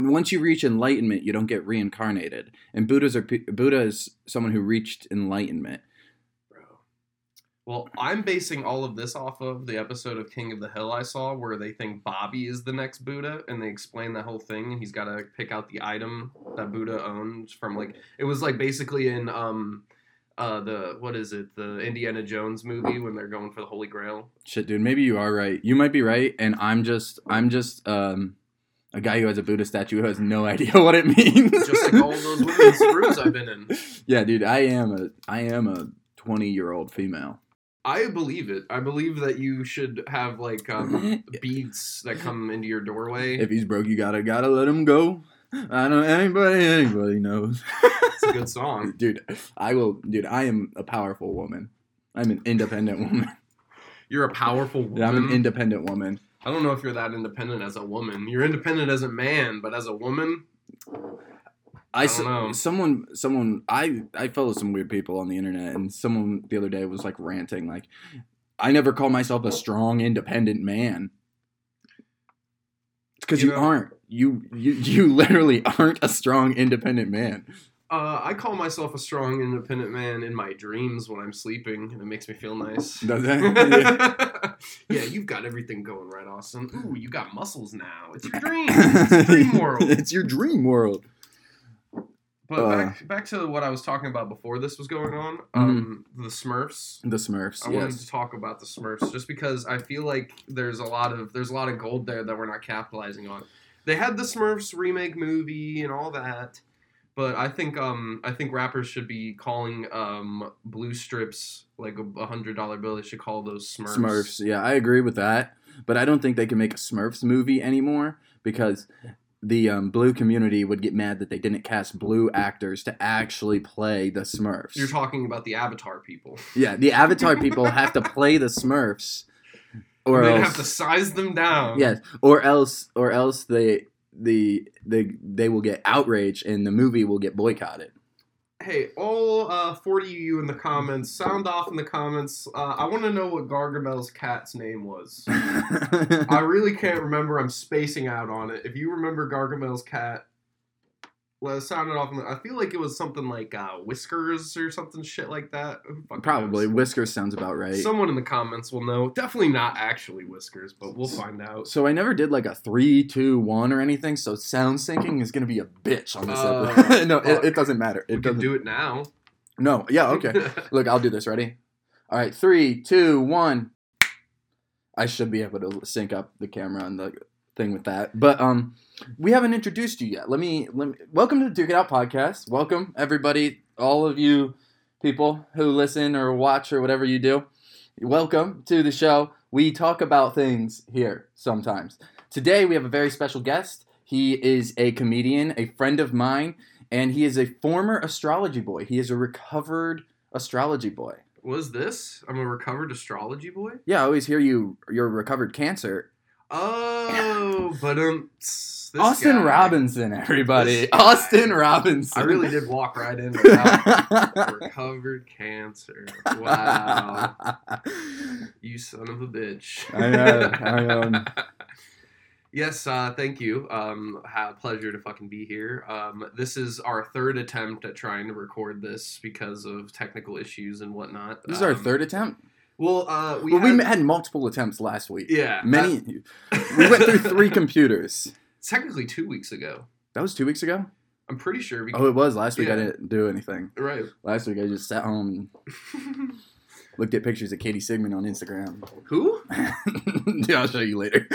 once you reach enlightenment, you don't get reincarnated. And Buddha's are, pe- Buddha is someone who reached enlightenment. bro. Well, I'm basing all of this off of the episode of King of the Hill I saw where they think Bobby is the next Buddha and they explain the whole thing and he's got to pick out the item that Buddha owns from like it was like basically in um uh the what is it the Indiana Jones movie when they're going for the Holy Grail. Shit, dude, maybe you are right. You might be right, and I'm just I'm just um, a guy who has a Buddha statue who has no idea what it means. Just like all those women's screws I've been in. yeah, dude, I am a I am a 20 year old female. I believe it. I believe that you should have like um, beads that come into your doorway. If he's broke, you gotta gotta let him go. I don't anybody anybody knows. It's a good song. dude, I will. Dude, I am a powerful woman. I'm an independent woman. You're a powerful woman. Dude, I'm an independent woman. I don't know if you're that independent as a woman. You're independent as a man, but as a woman, I, I s- don't know. someone someone I I follow some weird people on the internet and someone the other day was like ranting like I never call myself a strong independent man because You you, know- aren't you you you literally aren't a strong independent man. uh, I call myself a strong, independent man in my dreams when I'm sleeping, and it makes me feel nice. Does that? yeah. you've got everything going right, Austin. Ooh, you got muscles now. It's your dream. It's your dream world. it's your dream world. Uh. But Mm-hmm. back back to what I was talking about before this was going on. Um, the Smurfs. The Smurfs. I wanted to yes. talk about the Smurfs just because I feel like there's a lot of there's a lot of gold there that we're not capitalizing on. They had the Smurfs remake movie and all that, but I think um I think rappers should be calling um blue strips like a- a hundred dollar bill. They should call those Smurfs. Smurfs. Yeah, I agree with that. But I don't think they can make a Smurfs movie anymore because the um, blue community would get mad that they didn't cast blue actors to actually play the Smurfs. You're talking about the Avatar people. yeah, the Avatar people have to play the Smurfs, or They else have to size them down. yes, or else or else they the they they will get outraged and the movie will get boycotted. Hey, all uh, 40 of you in the comments, sound off in the comments. Uh, I want to know what Gargamel's cat's name was. I really can't remember. I'm spacing out on it. If you remember Gargamel's cat, let us sound it off. I feel like it was something like uh, Whiskers or something shit like that. Who fucking Probably knows? whiskers sounds about right. Someone in the comments will know. Definitely not actually Whiskers, but we'll find out. So I never did like a three, two, one or anything. So sound syncing is gonna be a bitch on this Oh, episode. no, fuck. it, it doesn't matter. It we can doesn't. do it now. No, yeah, okay. Look, I'll do this. Ready? All right, three, two, one. I should be able to sync up the camera and the thing with that. But um, we haven't introduced you yet. Let me let me. Welcome to the Duke It Out podcast. Welcome everybody, all of you people who listen or watch or whatever you do. Welcome to the show. We talk about things here sometimes. Today we have a very special guest. He is a comedian, a friend of mine, and he is a former astrology boy. He is a recovered astrology boy. was this? I'm a recovered astrology boy. Yeah, I always hear you. You're a recovered cancer. Oh, but um, this Austin guy. Robinson, everybody. This guy. Austin Robinson. I really did walk right in. Without recovered cancer. Wow. You son of a bitch. I know, I, um, yes, uh, thank you. Um, ha- pleasure to fucking be here. Um, this is our third attempt at trying to record this because of technical issues and whatnot. This is our Um, third attempt. Well, uh, We we, well, had, we had multiple attempts last week. yeah, Many. that- we went through three computers. Technically, two weeks ago. That was two weeks ago. I'm pretty sure. We, Oh, it was last week. I Yeah. didn't do anything. right. Last week I just sat home, looked at pictures of Katie Sigmund on Instagram. Who? yeah, I'll show you later.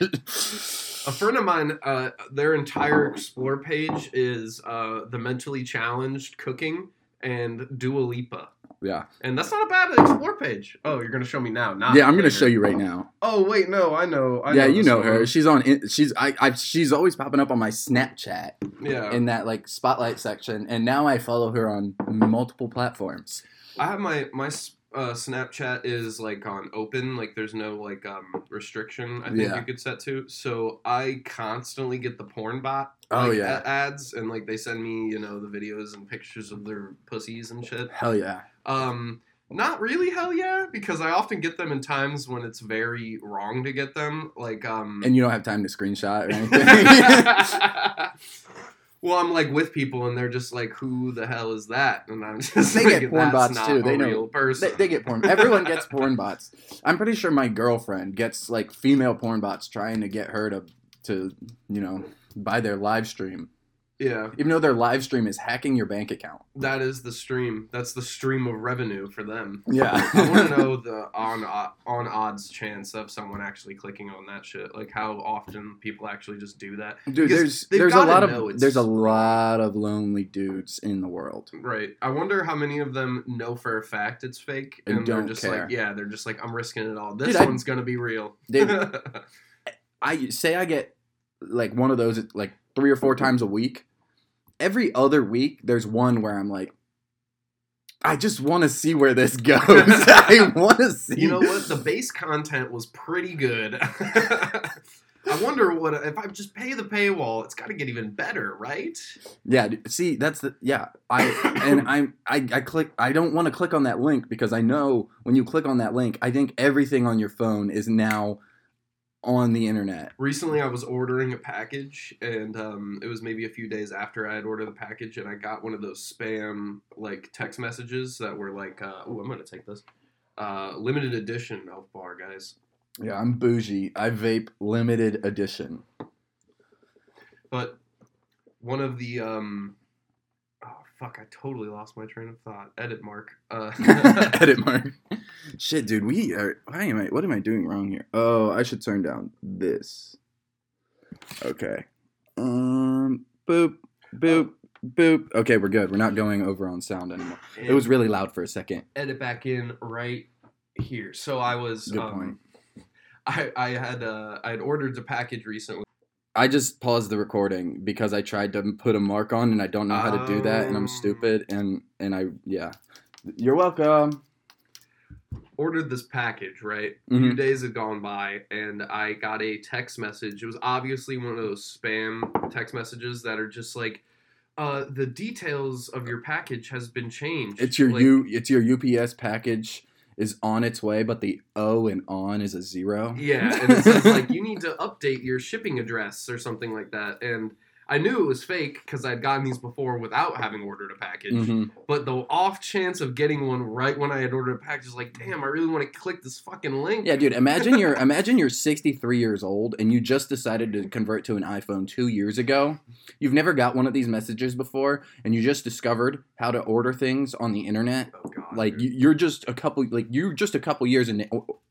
A friend of mine, uh, their entire explore page is uh, the mentally challenged cooking and Dua Lipa. yeah, And that's not a bad explore page. Oh, you're gonna show me now. Not yeah. I'm gonna later. show you right now. Oh wait, no, I know. Oh, I yeah, you this know one. her. She's on. in- She's I, I. She's always popping up on my Snapchat Yeah, in that like spotlight section, and now I follow her on multiple platforms. I have my my s- uh, Snapchat is like on open, like there's no like um restriction. I think Yeah. you could set to. So I constantly get the porn bot. Oh, like, yeah. a- ads and like they send me you know the videos and pictures of their pussies and shit. uh, Hell yeah. Um, not really, hell yeah, because I often get them in times when it's very wrong to get them. Like um, And you don't have time to screenshot or anything. well, I'm like with people, and they're just like, "Who the hell is that?" And I'm just They like, get porn "That's bots, not too. a They know- real person." they, they get porn. Everyone gets porn bots. I'm pretty sure my girlfriend gets like female porn bots trying to get her to to you know buy their live stream, yeah, even though their live stream is hacking your bank account. that is the stream. That's the stream of revenue for them. I want to Yeah. know the on on odds chance of someone actually clicking on that shit. Like how often people actually just do that. Dude, Because there's they've there's a gotta lot know of it's there's a lot of lonely dudes in the world. Right. I wonder how many of them know for a fact it's fake, And they're don't just care. like, yeah, they're just like, I'm risking it all. This Dude, I- one's gonna be real. They- I say I get like one of those like three or four times a week. Every other week, there's one where I'm like, I just want to see where this goes. I want to see. you know what? The base content was pretty good. I wonder what if I just pay the paywall, it's got to get even better, right? Yeah. dude, See, that's the yeah. I and I'm I, I click. I don't want to click on that link because I know when you click on that link, I think everything on your phone is now on the internet. Recently, I was ordering a package, and um, it was maybe a few days after I had ordered the package, and I got one of those spam like text messages that were like, uh, "Oh, I'm gonna take this." Uh, limited edition elf bar, guys. Yeah, I'm bougie. I vape limited edition. But one of the um oh fuck, I totally lost my train of thought. Edit mark. Uh Edit mark. Shit, dude, we are. Why am I? What am I doing wrong here? Oh, I should turn down this. Okay. Um. Boop. Boop. Boop. Okay, we're good. We're not going over on sound anymore. It was really loud for a second. edit back in right here. So I was Good um, point. I I had uh I had ordered the package recently. I just paused the recording because I tried to put a mark on and I don't know how to do that and I'm stupid and and I yeah. Ah. You're welcome. Ordered this package, right? A few Mhm. days had gone by and I got a text message. It was obviously one of those spam text messages that are just like uh, the details of your package has been changed. It's your Like, U. It's your UPS package is on its way, but the O and on is a zero. Yeah, and it says like you need to update your shipping address or something like that. And I knew it was fake because I'd gotten these before without having ordered a package. Mhm. But the off chance of getting one right when I had ordered a package is like, damn, I really want to click this fucking link. Yeah, dude. Imagine you're imagine you're 63 years old and you just decided to convert to an iPhone two years ago. You've never got one of these messages before, and you just discovered how to order things on the internet. Oh god. Like dude. you- you're just a couple like you're just a couple years in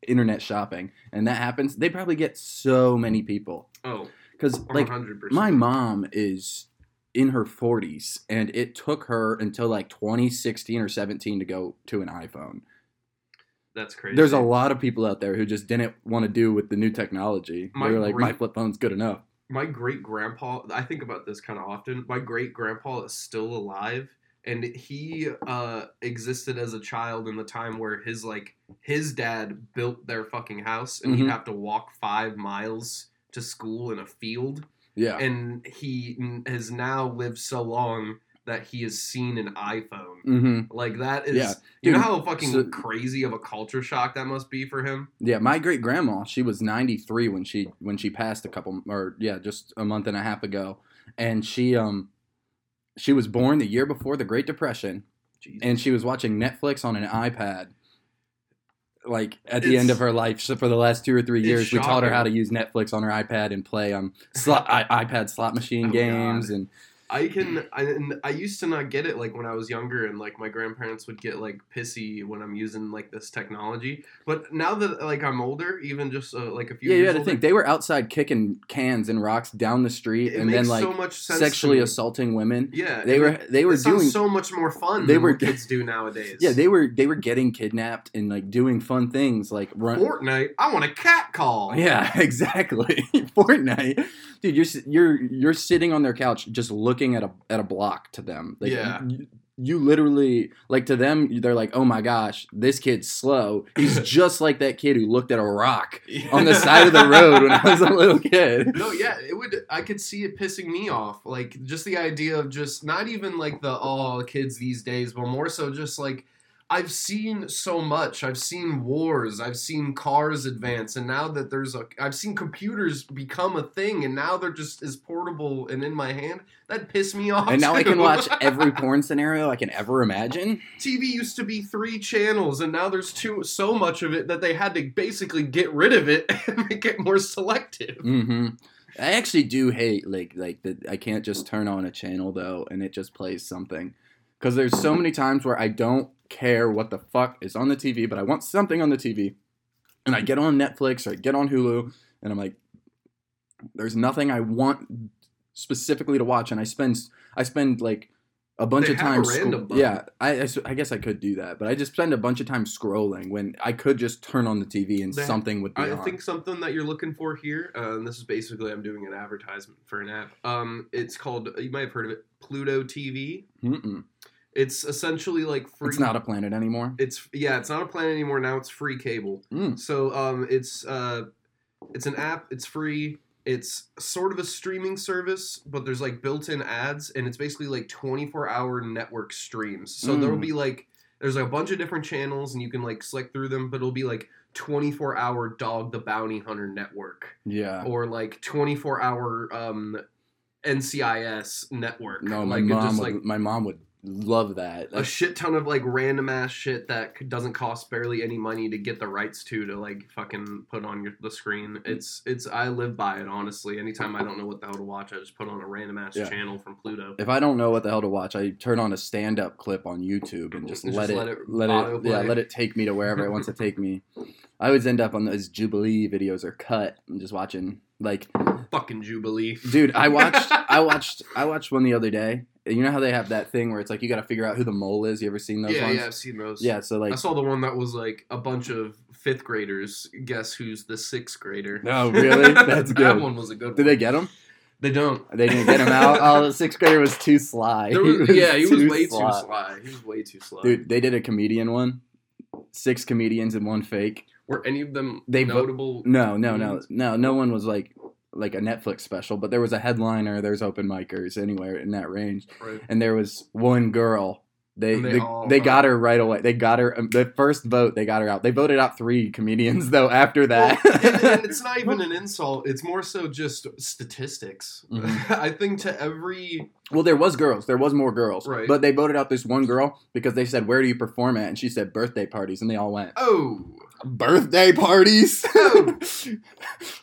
internet shopping, and that happens. They probably get so many people oh, because like 100 percent. My mom is in her 40s, and it took her until like 2016 or 17 to go to an iPhone. That's crazy. There's a lot of people out there who just didn't want to do with the new technology. My they were like, great- my flip phone's good enough. my great grandpa i think about this kind of often my great grandpa is still alive and he uh existed as a child in the time where his like his dad built their fucking house and Mhm. he'd have to walk five miles to school in a field Yeah. and he n- has now lived so long that he has seen an iphone hmm like that is Yeah, you know dude, how fucking so- crazy of a culture shock that must be for him Yeah. My great grandma, she was 93 when she when she passed a couple or yeah, just a month and a half ago, and she um she was born the year before the Great Depression, Jesus. and she was watching Netflix on an iPad. Like at the It's- end of her life, so for the last two or three it's years, we taught her shocking. how to use Netflix on her iPad and play um slot, I, iPad slot machine Oh, games God. and I can I, and I used to not get it like when I was younger and like my grandparents would get like pissy when I'm using like this technology. But now that like I'm older, even just uh, like a few yeah, you had years to older, think they were outside kicking cans and rocks down the street it and then makes like so much sense to sexually me. assaulting women. Yeah, They and were it- they it were sounds doing so much more fun. they They were were- what kids do nowadays. yeah they were they were getting kidnapped and like doing fun things like run Fortnite. I want a cat call. Yeah, exactly. Fortnite, dude, you're s- you're you're sitting on their couch just looking at a at a block to them. Like, Yeah. you- you literally like to them they're like, "Oh my gosh, this kid's slow. He's just like that kid who looked at a rock on the side of the road when I was a little kid." No, yeah, it would. I could see it pissing me off. Like just the idea of just not even like the oh kids these days, but more so just like I've seen so much. I've seen wars. I've seen cars advance, and now that there's a, I've seen computers become a thing, and now they're just as portable and in my hand. That pissed me off. And now I too. can watch every porn scenario I can ever imagine. TV used to be three channels, and now there's two. So much of it that they had to basically get rid of it and make it more selective. hmm I actually do hate like like that. I can't just turn on a channel though, and it just plays something. Because there's so many times where I don't care what the fuck is on the TV, but I want something on the TV, and I get on Netflix or I get on Hulu, and I'm like, there's nothing I want specifically to watch, and I spend I spend like a bunch They of have a time. random scro- button. yeah, I, I s- I guess I could do that, but I just spend a bunch of time scrolling when I could just turn on the TV and They- something would be I on. think something that you're looking for here, uh, and this is basically I'm doing an advertisement for an app. Um, it's called you might have heard of it, Pluto TV. Mm-mm. It's essentially like free. It's not a planet anymore. It's yeah, it's not a plan anymore. Now it's free cable. Mm. So um, it's uh, it's an app. It's free. It's sort of a streaming service, but there's like built-in ads, and it's basically like 24-hour network streams. So Mm. there'll be like there's a bunch of different channels, and you can like select through them, but it'll be like 24-hour Dog the Bounty Hunter network Yeah. or like 24-hour um, NCIS network. No, my like it mom just would, like my mom would love that. a That's- shit ton of like random ass shit that c- doesn't cost barely any money to get the rights to to like fucking put on your, the screen. Mm. It's it's I live by it honestly. Anytime I don't know what the hell to watch, I just put on a random ass Yeah. channel from Pluto. if I don't know what the hell to watch, I turn on a stand-up clip on YouTube and just, And let, just it, let it let it yeah, autoplay. let it take me to wherever it wants to take me. I always end up on those Jubilee videos or cut. I'm just watching like Fucking Jubilee. dude, I watched I watched I watched one the other day. You know how they have that thing where it's like you got to figure out who the mole is. You ever seen those Yeah, ones? yeah, I've seen those. Yeah, so like I saw the one that was like a bunch of fifth graders. Guess who's the sixth grader? No, Oh, really? That's that good. one was a good Did one. they get him? They don't. They didn't get him out. Oh, the sixth grader was too sly. There was- yeah, he was too way sly. too sly. He was way too sly. Dude, they did a comedian one. Six comedians and one fake. Were any of them They vo- Mm. notable? No, no, Mm. no, no. No one was like like a Netflix special, but there was a headliner. There's open micers anywhere in that range, Right. and there was one girl. They And they they, all they got voted. her right away. They got her um, the first vote. They got her out. They voted out three comedians though. After that, Well, and, and it's not even an insult. It's more so just statistics. Mhm. I think to every Well, there was girls. There was more girls. Right. But they voted out this one girl because they said, "Where do you perform at?" And she said, "Birthday parties," and they all went. oh, Birthday parties. Oh.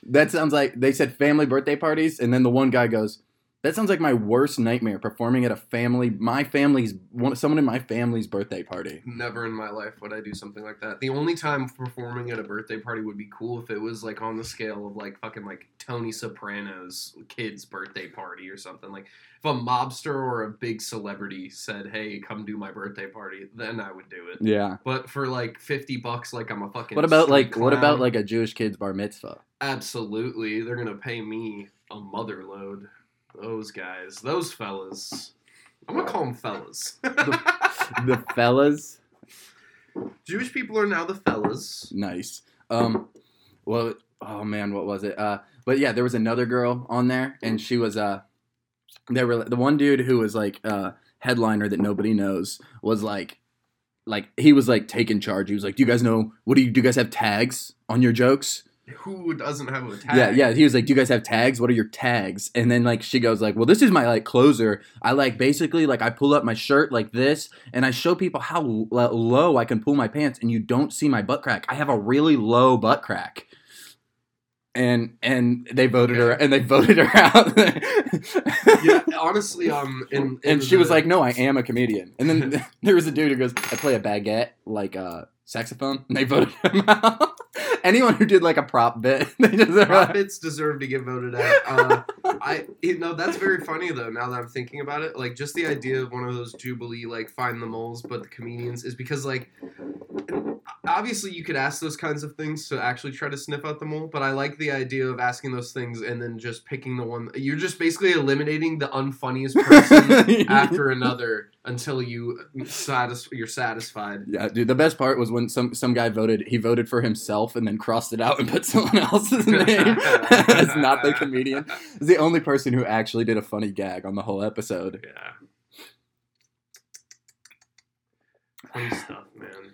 that sounds like they said family birthday parties, and then the one guy goes, "That sounds like my worst nightmare: performing at a family, my family's one, someone in my family's birthday party." never in my life would I do something like that. The only time performing at a birthday party would be cool if it was like on the scale of like fucking like Tony Soprano's kid's birthday party or something. Like if a mobster or a big celebrity said, "Hey, come do my birthday party," then I would do it. Yeah. But for like fifty bucks, like I'm a fucking. What about street like what about clown, like a Jewish kid's bar mitzvah? Absolutely. They're going to pay me a mother load. Those guys. Those fellas. I'm going to call them fellas. the fellas, Jewish people are now the fellas. nice. Um, well, oh man, what was it? Uh, but yeah, there was another girl on there, and she was uh, they were the one dude who was like uh headliner that nobody knows was like like he was like taking charge. He was like, "Do you guys know what do you do? You guys have tags on your jokes?" Who doesn't have a tag? Yeah, yeah. He was like, "Do you guys have tags? What are your tags?" And then like she goes like, "Well, this is my like closer. I like basically like I pull up my shirt like this, and I show people how l- low I can pull my pants, and you don't see my butt crack. I have a really low butt crack." And and they voted her and they voted her out. Yeah, honestly, um, in, in and she was the- like, "No, I am a comedian." And then there was a dude who goes, "I play a baguette, like a saxophone." And they voted him out. Anyone who did like a prop bit, they just Profits deserve to get voted out. Uh, I you know that's very funny though. Now that I'm thinking about it, like just the idea of one of those jubilee like find the moles, but the comedians is because like obviously you could ask those kinds of things to actually try to sniff out the mole but i like the idea of asking those things and then just picking the one you're just basically eliminating the unfunniest person after another until you satis- you're satisfied Yeah, dude. The best part was when some some guy voted. He voted for himself and then crossed it out and put someone else's name. That's not the comedian. It's the only person who actually did a funny gag on the whole episode. yeah funny stuff man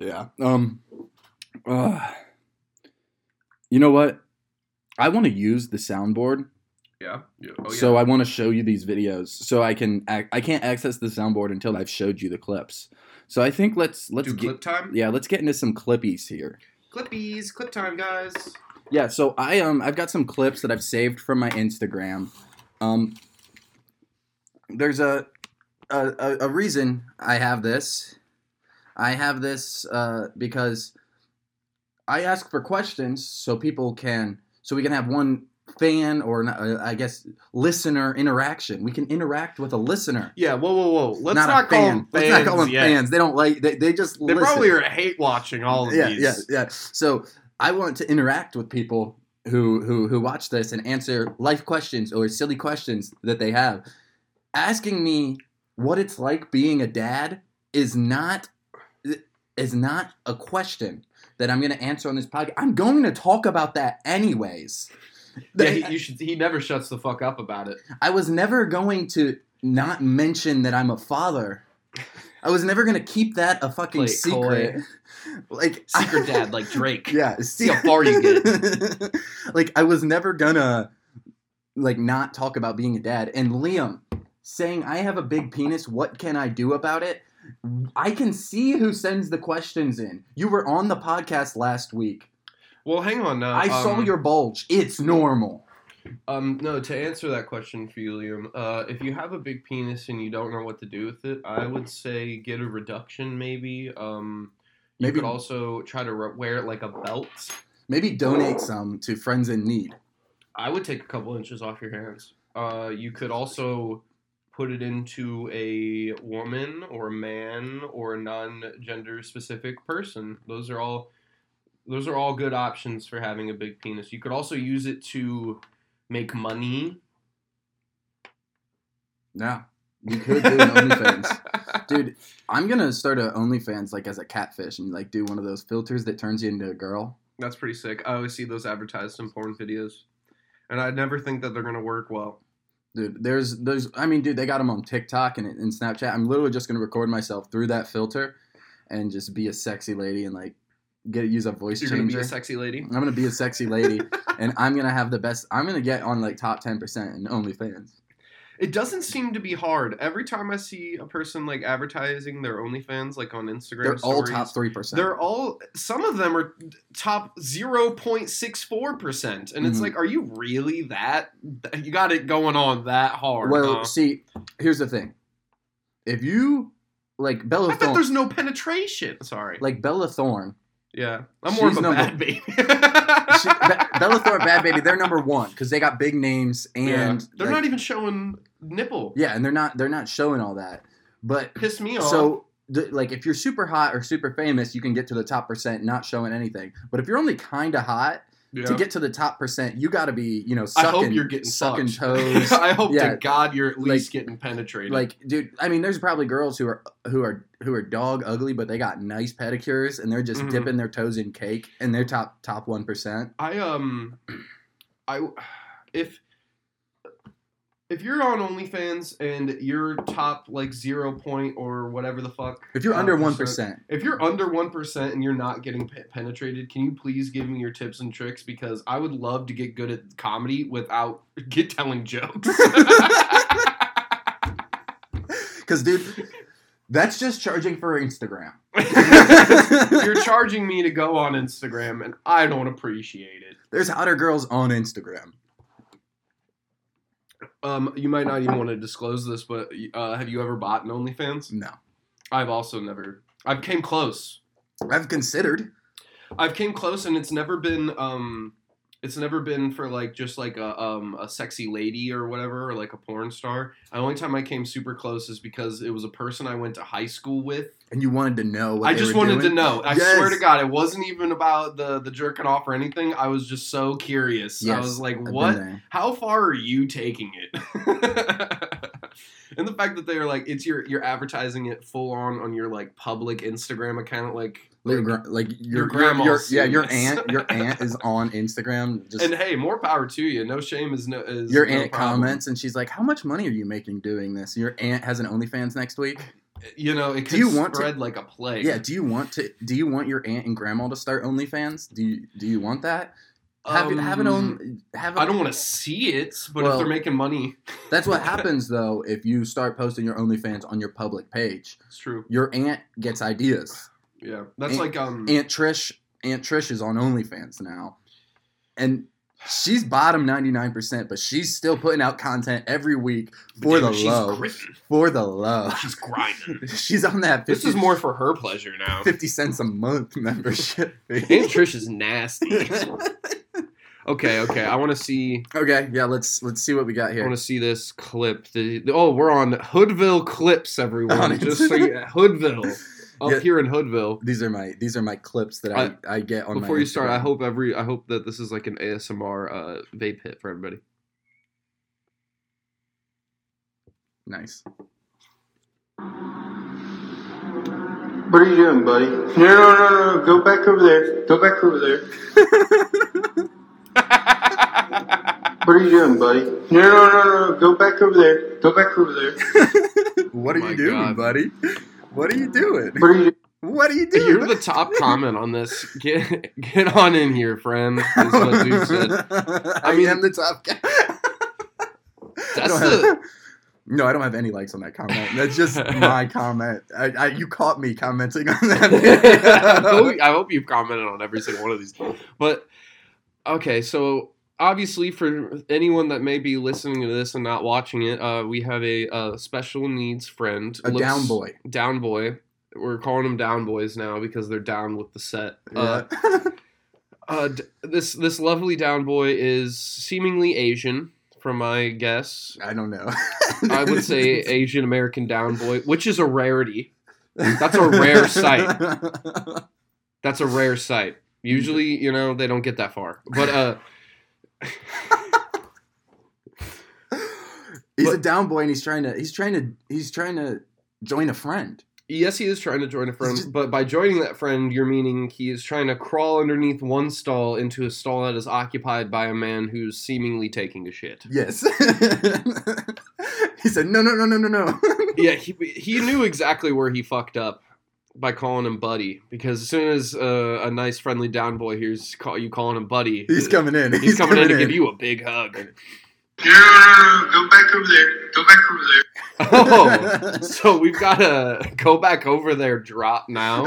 Yeah. Um. ugh. you know what? I want to use the soundboard, yeah, yeah. Oh, yeah. so uh, I want to show you these videos. So I can ac- I can't access the soundboard until I've showed you the clips. So I think let's let's do get clip time yeah let's get into some clippies here. clippies clip time guys Yeah, so I um I've got some clips that I've saved from my Instagram. Um, there's a a, a, a reason I have this. I have this uh, because I ask for questions so people can so we can have one fan or not, uh, I guess listener interaction. We can interact with a listener. yeah whoa whoa whoa let's a not, call them fans Let's not call them yet. fans. They don't like. They, they just they listen probably are hate watching all of yeah, these yeah, yeah. So I want to interact with people who who who watch this and answer life questions or silly questions that they have. Asking me what it's like being a dad is not is not a question that I'm going to answer on this podcast. I'm going to talk about that anyways. Yeah, he, you should. He never shuts the fuck up about it. I was never going to not mention that I'm a father. I was never going to keep that a fucking Play it secret. Like Secret dad, like Drake. Yeah, see how far you get. like I was never gonna like not talk about being a dad. And Liam saying I have a big penis, what can I do about it? I can see who sends the questions in. You were on the podcast last week. Well, hang on now. I um, saw your bulge. It's normal. Um, no, to answer that question for you, Liam. Uh, if you have a big penis and you don't know what to do with it, I would say get a reduction, maybe. Um, you Maybe- could also try to re- wear it like a belt. Maybe donate some to friends in need. I would take a couple inches off your hands. Uh, you could also put it into a woman or man or non-gender specific person. Those are all those are all good options for having a big penis. You could also use it to make money. Yeah. You could do an OnlyFans. Dude, I'm gonna start a OnlyFans like as a catfish and like do one of those filters that turns you into a girl. That's pretty sick. I always see those advertised in porn videos. And I never think that they're gonna work well. Dude, there's there's I mean, dude, they got them on TikTok and and Snapchat. I'm literally just gonna record myself through that filter, and just be a sexy lady and like get use a voice You're gonna be changer. a sexy lady. I'm gonna be a sexy lady, and I'm gonna have the best. I'm gonna get on like top ten percent in OnlyFans. It doesn't seem to be hard. Every time I see a person like advertising their OnlyFans, like on Instagram, They're all stories, top three percent. They're all some of them are top 0.64%. And it's Mhm. like are you really that you got it going on that hard? Well, huh? see, here's the thing. If you like Bella I thought Thorne, there's no penetration. Sorry. like Bella Thorne, yeah. I'm more of she's a number- bad baby. she, Be- Bella Thorne, Bad Baby, they're number one because they got big names and yeah. They're like, not even showing nipple. Yeah, and they're not they're not showing all that. But Piss me off. so the, like if you're super hot or super famous, you can get to the top percent not showing anything. But if you're only kind of hot Yeah. to get to the top percent, you got to be, you know, I sucking hope you're getting sucking fucked. toes. I hope Yeah. to god you're at least getting penetrated. like dude, I mean there's probably girls who are who are who are dog ugly but they got nice pedicures and they're just Mhm. dipping their toes in cake and they're top top 1%. I um, I if if you're on OnlyFans and you're top like zero point or whatever the fuck, If you're uh, under percent- 1%, if you're under one percent and you're not getting pe- penetrated, can you please give me your tips and tricks because I would love to get good at comedy without get telling jokes. cuz dude, that's just charging for Instagram. you're charging me to go on Instagram and I don't appreciate it. There's hotter girls on Instagram. Um, you might not even want to disclose this, but uh, have you ever bought an OnlyFans? No. I've also never. I've came close. I've considered. I've came close, and it's never been um, It's never been for like just like a um a sexy lady or whatever or like a porn star. The only time I came super close is because it was a person I went to high school with. And you wanted to know what I they just were wanted doing? to know. I Yes. swear to God, it wasn't even about the the jerking off or anything. I was just so curious. I Yes, was like, I've been what? there. How far are you taking it? and the fact that they are like, it's your you're advertising it full on on your like public Instagram account, like. Like, your gra- like your, your grandma's your- yeah, seen your this. aunt, your aunt is on Instagram. Just and hey, more power to you. No shame is no. Is your no aunt problem. comments, and she's like, "How much money are you making doing this?" Your aunt has an OnlyFans next week. You know, it could Do you want to- spread like a plague. Yeah. Do you want to? Do you want your aunt and grandma to start OnlyFans? Do you Do you want that? Have Um, have an own have. I I don't want to see it, but if Well- they're making money, That's what happens though if you start posting your OnlyFans on your public page. it's true. Your aunt gets ideas. Yeah, that's And- like um. Aunt Trish, Aunt Trish is on OnlyFans now, and she's bottom ninety nine percent, but she's still putting out content every week for Dude, the she's low, gritting. for the low. She's grinding. She's on that. 50, This is more for her pleasure now. fifty cents a month membership. fee. Aunt Trish is nasty. okay, okay. I want to see. okay, yeah, let's let's see what we got I want here. to see this clip. The, the- oh, we're on Hoodville clips, On everyone. it. Just so you, Hoodville up Yeah. here in Hoodville. These are my these are my clips that I, I, get on. my Before you start, Instagram. I hope every I hope that this is like an ASMR uh, vape hit for everybody. nice. What are you doing, buddy? No, no, no, no. Go back over there. Go back over there. What are you doing, buddy? No, no, no, no. Go back over there. Go back over there. What are Oh my you doing, God. buddy? What are you doing? What are you doing? What are you doing? You're the top comment on this. Get get on in here, friend. Is what dude said. I, mean- am the top guy. I That's don't have, no, I don't have any likes on that comment. That's just my comment. I, I, you caught me commenting on that. I, video. hope, I hope you've commented on every single one of these. But okay, so obviously for anyone that may be listening to this and not watching it, uh, we have a, uh special needs friend, A Looks- down boy. down boy. We're calling them down boys now because they're down with the set. Uh, Yeah. uh, d- this this lovely down boy is seemingly Asian, from my guess. I don't know. I would say Asian American down boy, which is a rarity. that's a rare sight. That's a rare sight. Usually, you know, they don't get that far. But uh He's a But- down boy, and he's trying to. He's trying to. He's trying to join a friend. yes, he is trying to join a friend, It's just- but by joining that friend, you're meaning he is trying to crawl underneath one stall into a stall that is occupied by a man who's seemingly taking a shit. Yes. he said, "No, no, no, no, no, no." yeah, he he knew exactly where he fucked up by calling him buddy because as soon as uh, a nice friendly down boy hears call you calling him buddy, uh, He's coming in. He's, coming, in to give you a big hug. No, no, no, no. Go back over there. Go back over there. Oh, so we've got to go back over there. Drop now.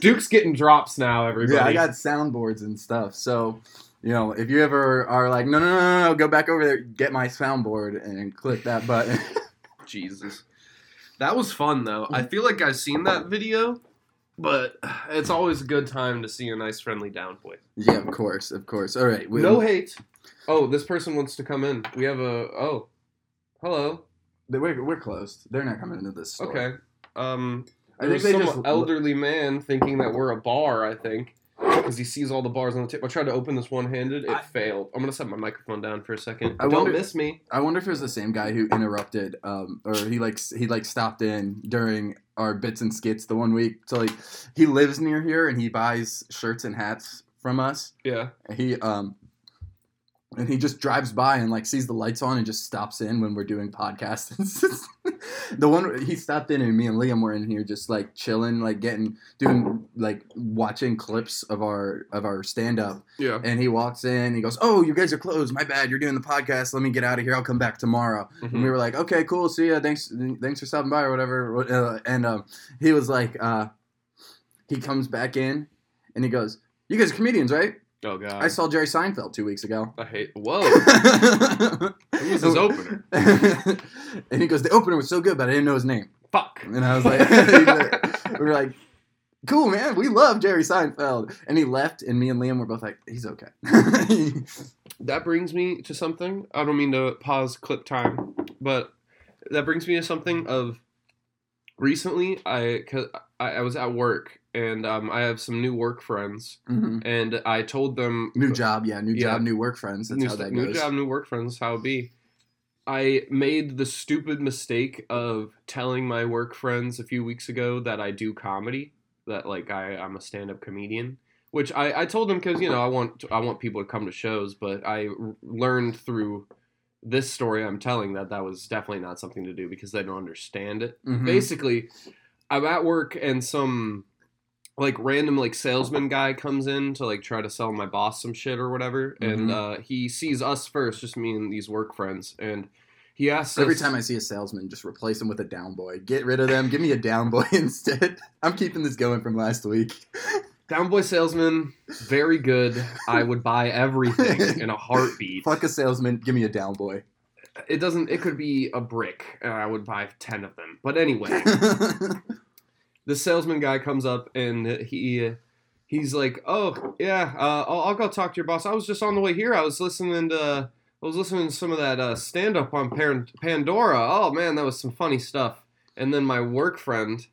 Duke's getting drops now, everybody. Yeah, I got soundboards and stuff. So, you know, if you ever are like, no, no, no, no, no, go back over there, get my soundboard, and click that button. Jesus. That was fun though. I feel like I've seen that video, but it's always a good time to see a nice friendly down boy. yeah, of course, of course. All right, we, No hate. Oh, this person wants to come in. We have a oh. Hello. they- we're, we're closed. They're not coming into this. Store. Okay. Um I there think was they some just elderly man thinking that we're a bar, I think. Because he sees all the bars on the table. I tried to open this one handed, it I- failed. failed. I'm gonna set my microphone down for a second. I Don't wonder- miss me. I wonder if it was the same guy who interrupted, um, or he like s- he like stopped in during our bits and skits the one week. So like, he lives near here and he buys shirts and hats from us. Yeah. he um and he just drives by and like sees the lights on and just stops in when we're doing podcasts. the one he stopped in and me and Liam were in here just like chilling, like getting doing like watching clips of our of our stand up. Yeah. And he walks in, he goes, "Oh, you guys are closed. My bad. You're doing the podcast. Let me get out of here. I'll come back tomorrow." Mm-hmm. And we were like, "Okay, cool. See ya. Thanks, thanks for stopping by or whatever." Uh, and um, he was like, uh, he comes back in and he goes, "You guys are comedians, right?" Oh god. I saw Jerry Seinfeld two weeks ago. I hate whoa. it Who was his opener? and he goes, the opener was so good, but I didn't know his name. Fuck. And I was like, we were like, cool, man. We love Jerry Seinfeld. And he left, and me and Liam were both like, he's okay. That brings me to something. I don't mean to pause clip time, but that brings me to something of recently. I cause I, I was at work and um, I have some new work friends, Mhm. and I told them New job, yeah. New Yeah. job, new work friends. That's new, how st- that new goes. job, new work friends. How it be? I made the stupid mistake of telling my work friends a few weeks ago that I do comedy, that like I I'm a stand up comedian. Which I, I told them because you know I want I want people to come to shows, but I r- learned through this story I'm telling that that was definitely not something to do because they don't understand it Mhm. basically i'm at work and some like random like salesman guy comes in to like try to sell my boss some shit or whatever and uh, he sees us first just me and these work friends and he asks Every us- time I see a salesman, just replace them with a down boy. Get rid of them. Give me a down boy instead. I'm keeping this going from last week. down boy salesman very good i would buy everything in a heartbeat Fuck a salesman. Give me a down boy. it doesn't it could be a brick and i would buy 10 of them but anyway Oh, the salesman guy comes up and he he's like, "Oh yeah, uh, I'll, I'll go talk to your boss. I was just on the way here. I was listening to I was listening to some of that uh, stand up on Pan- Pandora. Oh man, that was some funny stuff." And then my work friend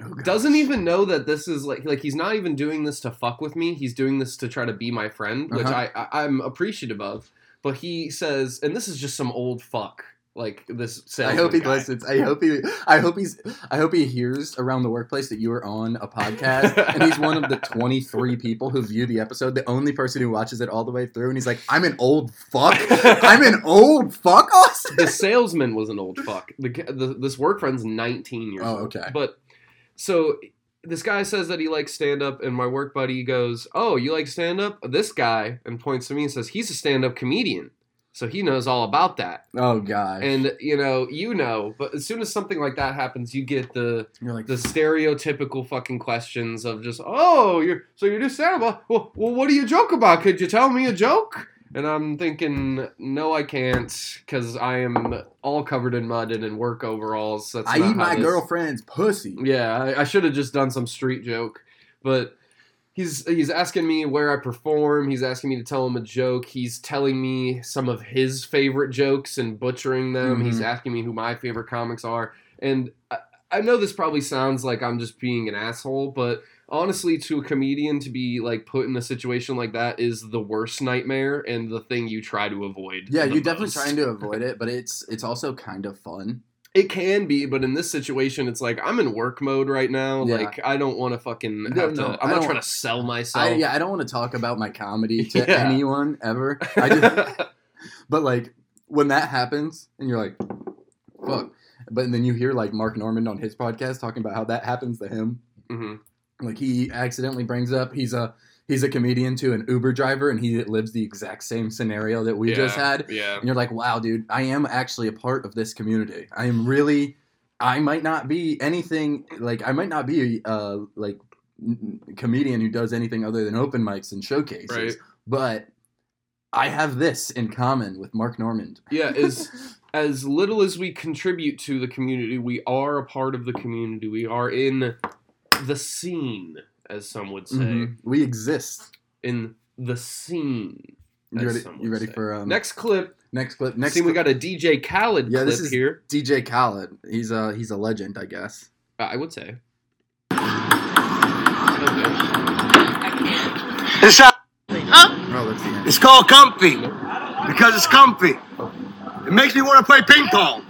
Oh, God. doesn't even know that this is like like he's not even doing this to fuck with me. He's doing this to try to be my friend, which Uh-huh. I, I I'm appreciative of. But he says, and this is just some old fuck like this. I Salesman hope he guy. listens. I hope he. I hope he's. I hope he hears around the workplace that you are on a podcast, and he's one of the twenty-three people who view the episode. The only person who watches it all the way through, and he's like, "I'm an old fuck. I'm an old fuck, Austin." the salesman was an old fuck. The, the this work friend's 19 years Oh, old. okay. But so this guy says that he likes stand up, and my work buddy goes, "Oh, you like stand up?" This guy and points to me and says, "He's a stand up comedian." So he knows all about that, Oh god. and you know, you know. But as soon as something like that happens, you get the You're like, the stereotypical fucking questions of just, "Oh, you're so you do stand up? Well, well, what do you joke about? Could you tell me a joke?" And I'm thinking, no, I can't, because I am all covered in mud and in work overalls. That's I not eat how my this- girlfriend's pussy. yeah, I, I should have just done some street joke, but he's he's asking me where I perform. He's asking me to tell him a joke. He's telling me some of his favorite jokes and butchering them. He's Mhm. asking me who my favorite comics are, and I, I know this probably sounds like I'm just being an asshole, but honestly, to a comedian to be like put in a situation like that is the worst nightmare and the thing you try to avoid. Yeah, the you're definitely most. trying to avoid it, but it's it's also kind of fun. It can be, but in this situation, it's like I'm in work mode right now. Yeah. Like I don't want to fucking No, have no, to. I I'm not don't- trying to sell myself. I, yeah, I don't want to talk about my comedy to Yeah. anyone ever. I just, but like when that happens, and you're like, fuck. But then you hear like Mark Norman on his podcast talking about how that happens to him. Mhm. Like he accidentally brings up he's a he's a comedian to an Uber driver, and he lives the exact same scenario that we just Yeah, had. Yeah. and you're like, wow, dude, I am actually a part of this community. I am really, I might not be anything like I might not be a uh, like n- n- comedian who does anything other than open mics and showcases, Right. but I have this in common with Mark Normand. Yeah. As as little as we contribute to the community, we are a part of the community. We are in the scene, as some would say, Mhm. We exist. in the scene. as You ready, some you would ready say. for um, next next clip? next clip? Next, Next scene, we clip- got a DJ Khaled Yeah, clip this is- here. DJ Khaled. He's a he's a legend, I guess. Uh, I would say. It's, uh, Oh, that's the end. it's called comfy because it's comfy. It makes me want to play ping pong.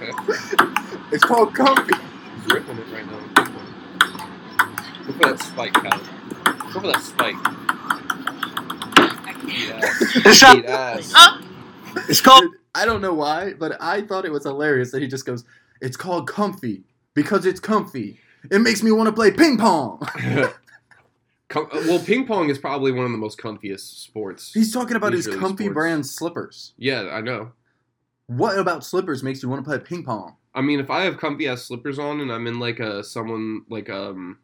It's called Comfy. ripping it right now. Go for that spike, Kyle. Go for that spike. Yes. It's, uh, it's called. Dude, I don't know why, but I thought it was hilarious that he just goes, "It's called comfy because it's comfy. It makes me want to play ping pong." Com- uh, well, ping pong is probably one of the most comfiest sports. He's talking about his Usually comfy sports. brand slippers. yeah, I know. What about slippers makes you want to play ping pong? I mean, if I have comfy ass slippers on and I'm in like a someone like um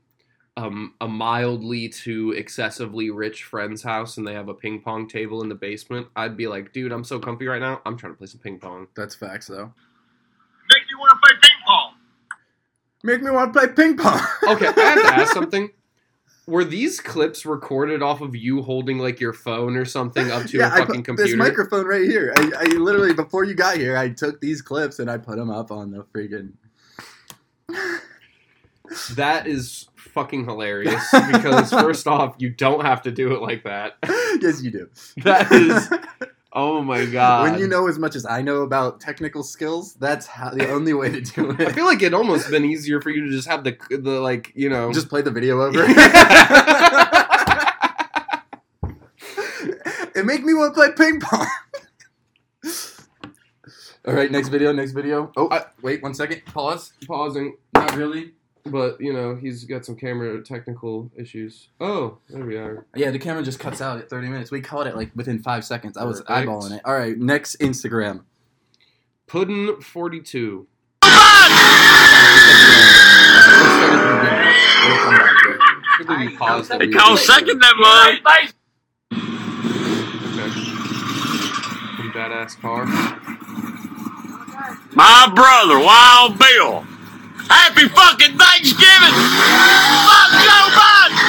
um a mildly to excessively rich friend's house and they have a ping pong table in the basement, I'd be like, dude, I'm so comfy right now. I'm trying to play some ping pong. That's facts, though. Makes me want to play ping pong. Make me want to play ping pong. Okay, I have to ask something. Were these clips recorded off of you holding like your phone or something up to your I put fucking computer? this microphone right here. I, I literally before you got here, I took these clips and I put them up on the freaking. That is fucking hilarious because first off, you don't have to do it like that. yes, you do. That is oh my god. when you know as much as I know about technical skills, that's how the only way to do I it. feel like it almost been easier for you to just have the the like, you know, Just play the video over. it make me want to play ping pong. All right, next video, next video. Oh, I, wait, one second. Pause. pausing, Not really. but you know, he's got some camera technical issues. Oh, there we are. Yeah, the camera just cuts out at 30 minutes. We caught it like within five seconds. I was Perfect. eyeballing it. All right, next Instagram. Puddin 42. Should we pause that we- I'll second that, man. Okay. Pretty badass car. My brother, Wild Bill. Happy fucking Thanksgiving! Fuck Joe Biden!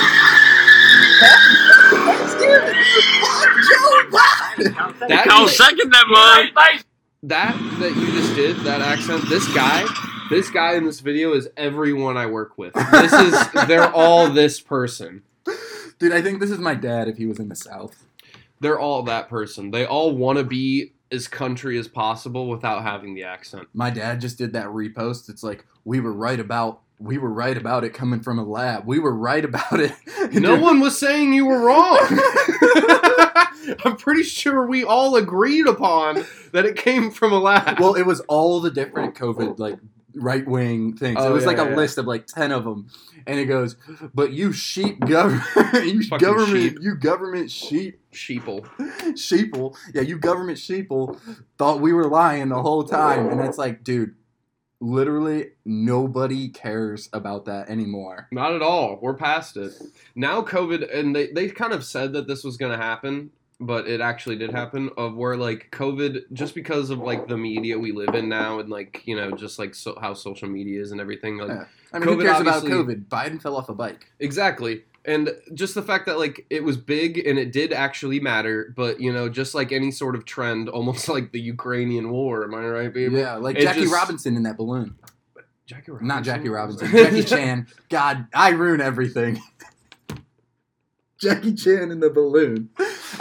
That I'll second that, man. that that you just did, that accent, this guy, this guy in this video is everyone I work with. This is they're all this person. Dude, I think this is my dad if he was in the South. They're all that person. They all want to be as country as possible without having the accent. My dad just did that repost. It's like we were right about we were right about it coming from a lab. We were right about it. No one was saying you were wrong. I'm pretty sure we all agreed upon that it came from a lab. Well, it was all the different COVID like right wing things. Oh, it was yeah, like a yeah. list of like ten of them, and it goes, "But you sheep government, you Fucking government, sheep. you government sheep, sheeple. sheeple, yeah, you government sheeple thought we were lying the whole time." And it's like, dude, literally nobody cares about that anymore. Not at all. We're past it. Now COVID and they, they kind of said that this was gonna happen, but it actually did happen of where like COVID just because of like the media we live in now and like, you know, just like so, how social media is and everything like Yeah. I mean, COVID who cares about obviously- COVID? Biden fell off a bike. Exactly. And just the fact that like it was big and it did actually matter, but you know, just like any sort of trend, almost like the Ukrainian war, am I right, baby? Yeah, like It Jackie just- Robinson in that balloon. Jackie Not Jackie Robinson. Jackie Chan. God, I ruin everything. Jackie Chan in the balloon.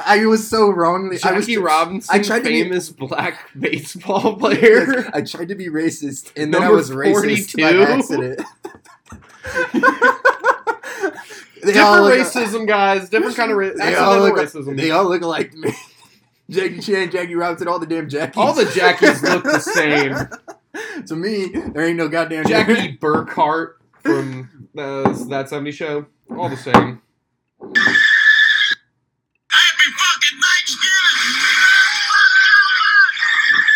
I was so wrongly. I was Jackie Robinson, I tried to be- famous black baseball player. Yes, I tried to be racist, and then I Number was racist by 42? accident. They different all look- racism, guys. Different kind of ra- They all, accidental look, racism. they all look alike to me. Jackie Chan, Jackie Robinson, all the damn Jackies. all the Jackies look the same. to me, there ain't no goddamn Jackie Burkhart from uh, that '70s show, all the same. Happy fucking Thanksgiving!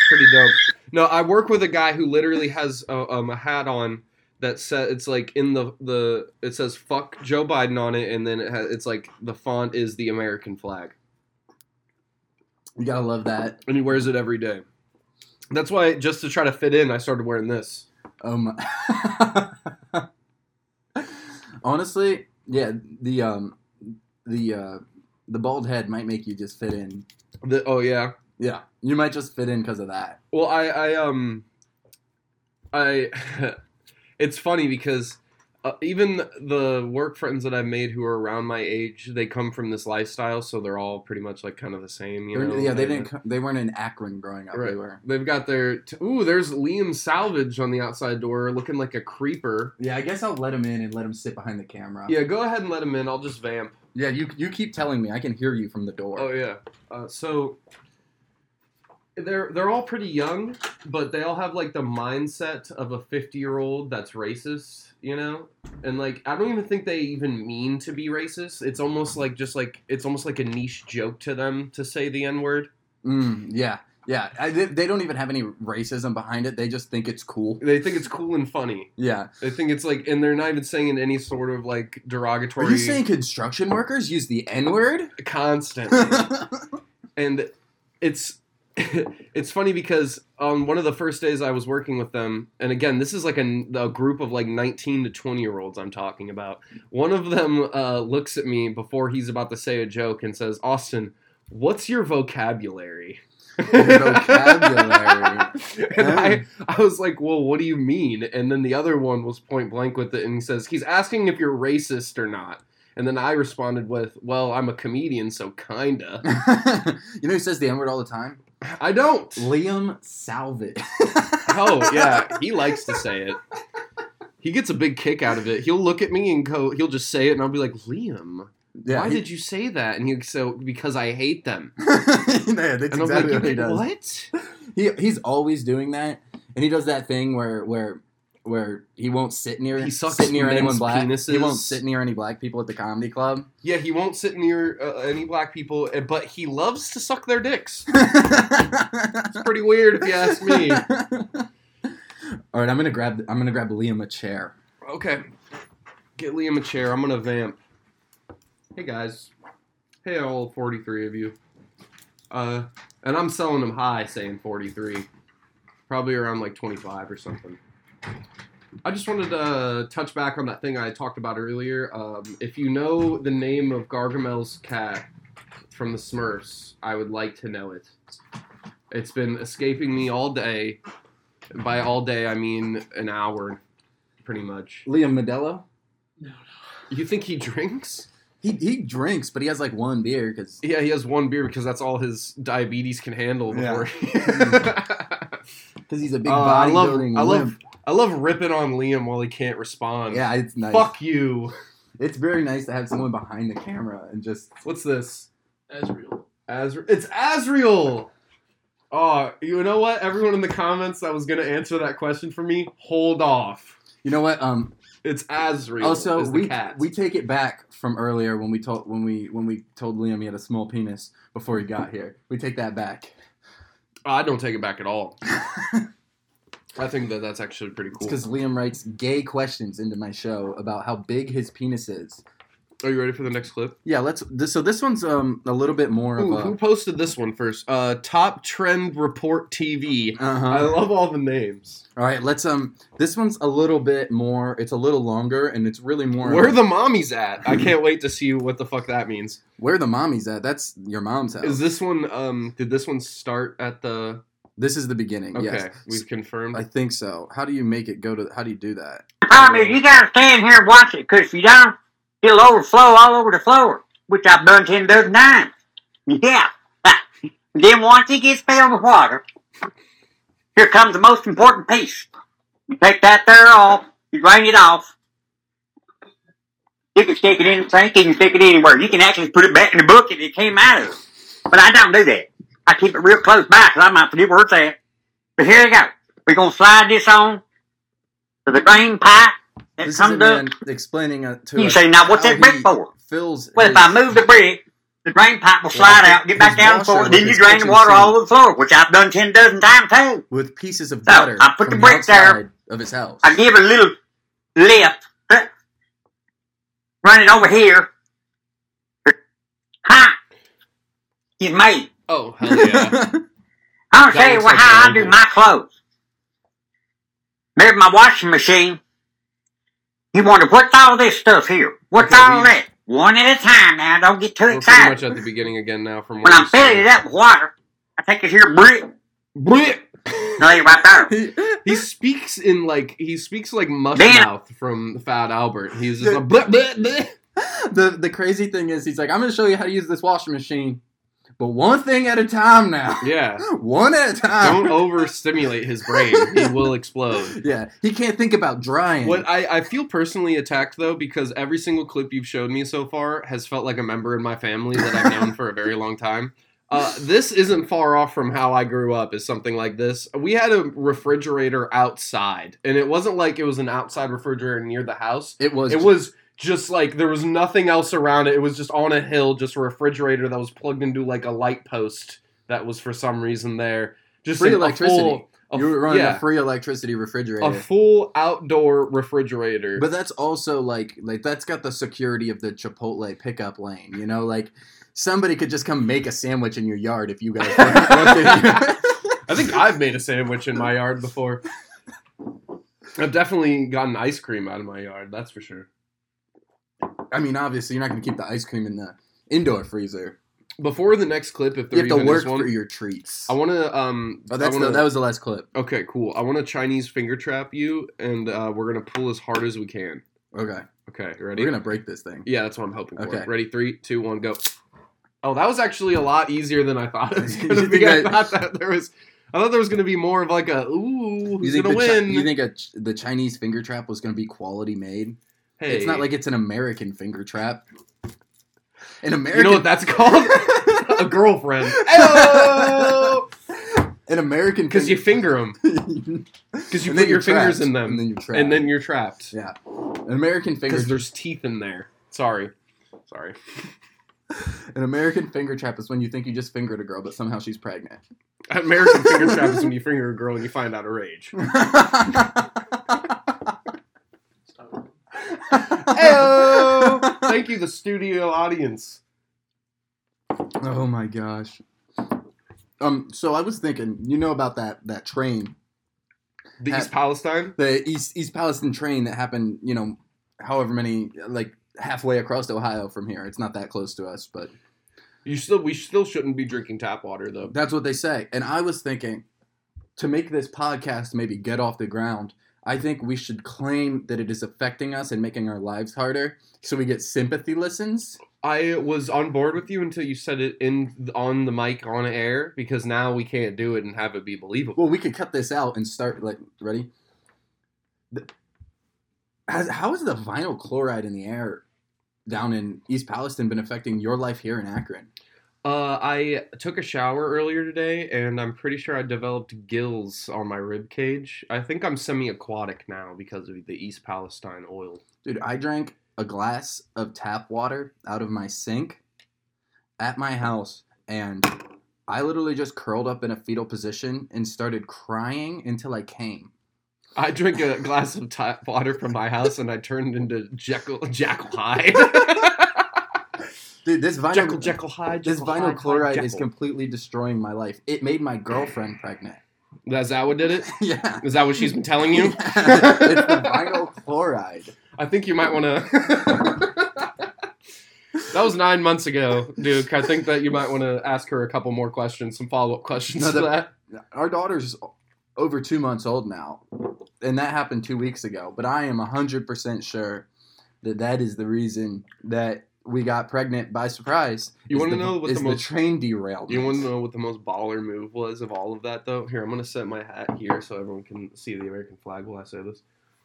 Pretty dope. No, I work with a guy who literally has a, um, a hat on that says it's like in the the it says "fuck Joe Biden" on it, and then it ha- it's like the font is the American flag, You gotta love that. and he wears it every day. That's why, just to try to fit in, I started wearing this. Oh my. Honestly, yeah, the um, the uh, the bald head might make you just fit in. The, oh yeah, Yeah, you might just fit in because of that. Well, I, I um, I, it's funny because uh, even the work friends that I made who are around my age, they come from this lifestyle, so they're all pretty much like kind of the same. You They're- know? yeah, they And didn't. co- They weren't in Akron growing up. They Right. were. They've got their t- ooh. There's Liam Salvage on the outside door, looking like a creeper. Yeah, I guess I'll let him in and let him sit behind the camera. Yeah, go ahead and let him in. I'll just vamp. yeah. You you keep telling me. I can hear you from the door. Oh yeah. Uh, so they're they're all pretty young, but they all have like the mindset of a fifty year old that's racist, you know. And like I don't even think they even mean to be racist. It's almost like just like it's almost like a niche joke to them to say the n word. Mm, yeah. Yeah. I, they, they don't even have any racism behind it. They just think it's cool. They think it's cool and funny. Yeah. They think it's like, and they're not even saying it any sort of like derogatory. Are you saying construction workers use the N word? constantly? and it's it's funny because on one of the first days I was working with them, and again, this is like a, a group of like 19 to 20 year olds I'm talking about. One of them uh, looks at me before he's about to say a joke and says, Austin, what's your vocabulary? Vocabulary. and I, I was like, well, what do you mean? And then the other one was point blank with it, and he says, he's asking if you're racist or not. And then I responded with, well, I'm a comedian, so kinda. you know who says the N word all the time? I don't. Liam Salvit. Oh yeah, he likes to say it. He gets a big kick out of it. He'll look at me and go, he'll just say it, and I'll be like, Liam, Yeah, why he- did you say that? And he'll so because I hate them. yeah, that's exactly And I'm like, what he "You does. did what? He he's always doing that, and he does that thing where where where he won't sit near He sucks sit near men's anyone black. He won't penises. sit near any black people at the comedy club. Yeah, he won't sit near uh, any black people, uh, but he loves to suck their dicks. It's pretty weird, if you ask me. All right, I'm gonna grab I'm gonna grab Liam a chair. Okay, get Liam a chair. I'm gonna vamp. Hey guys, hey all 43 of you. Uh, and I'm selling them high, saying 43, probably around like 25 or something. I just wanted to uh, touch back on that thing I talked about earlier. Um, if you know the name of Gargamel's cat from the Smurfs, I would like to know it. It's been escaping me all day. By all day, I mean an hour, pretty much. Liam Modelo. You think he drinks? He he drinks, but he has like one beer because Yeah, he has one beer because that's all his diabetes can handle before. because he's a big Oh, I body love- building I love- limp. I love ripping on Liam while he can't respond. Yeah, it's nice. Fuck you. It's very nice to have someone behind the camera and just What's this? Asriel. Azri- it's Azriel. Oh, you know what? Everyone in the comments that was gonna answer that question for me, hold off. you know what um It's Azriel. Also, is the Oh, we cat. we take it back from earlier when we told when we when we told Liam he had a small penis before he got here. We take that back. I don't take it back at all. I think that that's actually pretty It's cool. because Liam writes gay questions into my show about how big his penis is. Are you ready for the next clip? Yeah, let's. This, so this one's um a little bit more Ooh, of who a. posted this one first? Uh, Top Trend Report TV. Uh I huh. love all the names. All right, let's um. This one's a little bit more. It's a little longer, and it's really more. Where the mommies at? I can't wait to see what the fuck that means. where the mommy's at? That's your mom's house. Is this one? Um, did this one start at the? this is the beginning. Okay, Yes, we've confirmed. I think so. How do you make it go to? How do you do that? Tommy, you gotta stand here and watch it, 'cause if you don't, it'll overflow all over the floor, which I've done ten dozen times. Yeah. then once it gets filled with water, here comes the most important piece. You take that there off, you drain it off. You can stick it in the sink, you can stick it anywhere. You can actually put it back in the bucket it came out of. But I don't do that. I keep it real close by, 'cause I might forget where it's at. But here you go. We're gonna slide this on to the drain pipe that This is a comes up. man explaining uh, to You us say, now what's how that brick he for? Fills. Well, if his- I move the brick, the drain pipe will slide Well, out, get back his down the washer floor, with then you his drain the kitchen water sink. all over the floor, which I've done ten dozen times too. with pieces of So, butter. I put from the brick outside of his house. I give it a little lift, huh, run it over here. Ha! It's made. oh hell yeah! That I'll tell you looks what, like how I an do angle. my clothes. There's my washing machine. You wonder what's all this stuff here? What's Okay, all we- that? One at a time now. Don't get too We're pretty much excited. at the beginning again now. From When where I'm we started. filling it up with water, I take this here brick, Bleh! lay it right there. He speaks in like he speaks like mush Man. mouth from Fat Albert. He's just like, bleh, bleh, bleh. the the crazy thing is, he's like, I'm going to show you how to use this washing machine, but one thing at a time now. yeah. One at a time. Don't overstimulate his brain; he will explode. yeah, he can't think about drying. What I, I feel personally attacked though because every single clip you've showed me so far has felt like a member in my family that I've known for a very long time. Uh, this isn't far off from how I grew up. Is something like this. We had a refrigerator outside, and it wasn't like it was an outside refrigerator near the house. it was. It was just like there was nothing else around it. It was just on a hill, just a refrigerator that was plugged into like a light post that was for some reason there. Just Free like, a electricity. full- a you were f- running yeah, a free electricity refrigerator. a full outdoor refrigerator. but that's also like like that's got the security of the Chipotle pickup lane, you know, like somebody could just come make a sandwich in your yard if you guys looked I think I've made a sandwich in my yard before. I've definitely gotten ice cream out of my yard, that's for sure. I mean, obviously, you're not going to keep the ice cream in the indoor freezer. Before the next clip, You if there have to even work is one, for your treats. I want to. Um, oh, that's I wanna, the, that was the last clip. okay, cool. I want to Chinese finger trap you, and uh, we're gonna pull as hard as we can. Okay, Okay, you ready? we're gonna break this thing. Yeah, that's what I'm hoping for. Okay. Ready? Three, two, one, go. Oh, that was actually a lot easier than I thought it was You gonna think be. I that- thought that there was. I thought there was gonna be more of like a ooh, You who's think, the gonna Chi- win? you think a, Ch- the Chinese finger trap was going to be quality made? hey, It's not like it's an American finger trap. An you American know what that's called? a girlfriend. an American Because you finger them. Because you And then put your you're fingers trapped, in them, and then you're trapped. and then you're trapped. yeah, an American finger Because there's teeth in there. Sorry, sorry. an American finger trap is when you think you just fingered a girl, but somehow she's pregnant. American finger trap is when you finger a girl and you find out her age. Heyo! Thank you, the studio audience. Oh my gosh. Um, so I was thinking, you know about that that train, The Ha- East Palestine. the East East Palestine train that happened, you know, however many like halfway across Ohio from here. It's not that close to us, but You still, we still shouldn't be drinking tap water though. that's what they say. And I was thinking to make this podcast maybe get off the ground, I think we should claim that it is affecting us and making our lives harder so we get sympathy listens. I was on board with you until you said it in on the mic on air because now we can't do it and have it be believable. Well, we could cut this out and start like ready. The- Has, how has the vinyl chloride in the air down in East Palestine been affecting your life here in Akron? Uh, I took a shower earlier today and I'm pretty sure I developed gills on my rib cage. I think I'm semi-aquatic now because of the East Palestine oil. Dude, I drank a glass of tap water out of my sink at my house and I literally just curled up in a fetal position and started crying until I came. I drank a glass of tap water from my house and I turned into Jekyll Jackal Hyde. Dude, this vinyl Jekyll Jekyll Hyde. this Jekyll vinyl Hyde, Hyde, chloride is Jekyll. completely destroying my life. It made my girlfriend pregnant. Is that what did it? yeah. Is that what she's been telling you? it's the vinyl chloride. I think you might want to. that was nine months ago, Duke. I think that you might want to ask her a couple more questions, some follow up questions No, to the- that. Our daughter's over two months old now, and that happened two weeks ago. But I am hundred percent sure that that is the reason that we got pregnant by surprise. You is wanna the- know what is the most- train derailment? You want to know what the most baller move was of all of that, though? Here, I'm going to set my hat here so everyone can see the American flag while I say this.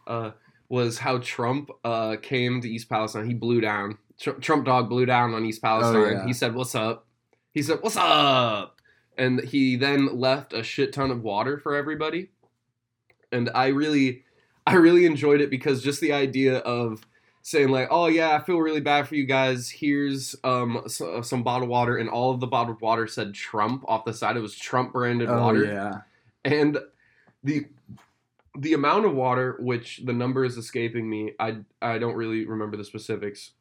Uh, was how Trump uh, came to East Palestine. He blew down. Tr- Trump dog blew down on East Palestine. yeah. He said, What's up? He said, What's up? And he then left a shit ton of water for everybody. And I really, I really enjoyed it because just the idea of saying like, "Oh yeah, I feel really bad for you guys. Here's um s- uh, some bottled water," and all of the bottled water said Trump off the side. It was Trump branded Oh water, yeah, and the the amount of water, which the number is escaping me, I I don't really remember the specifics.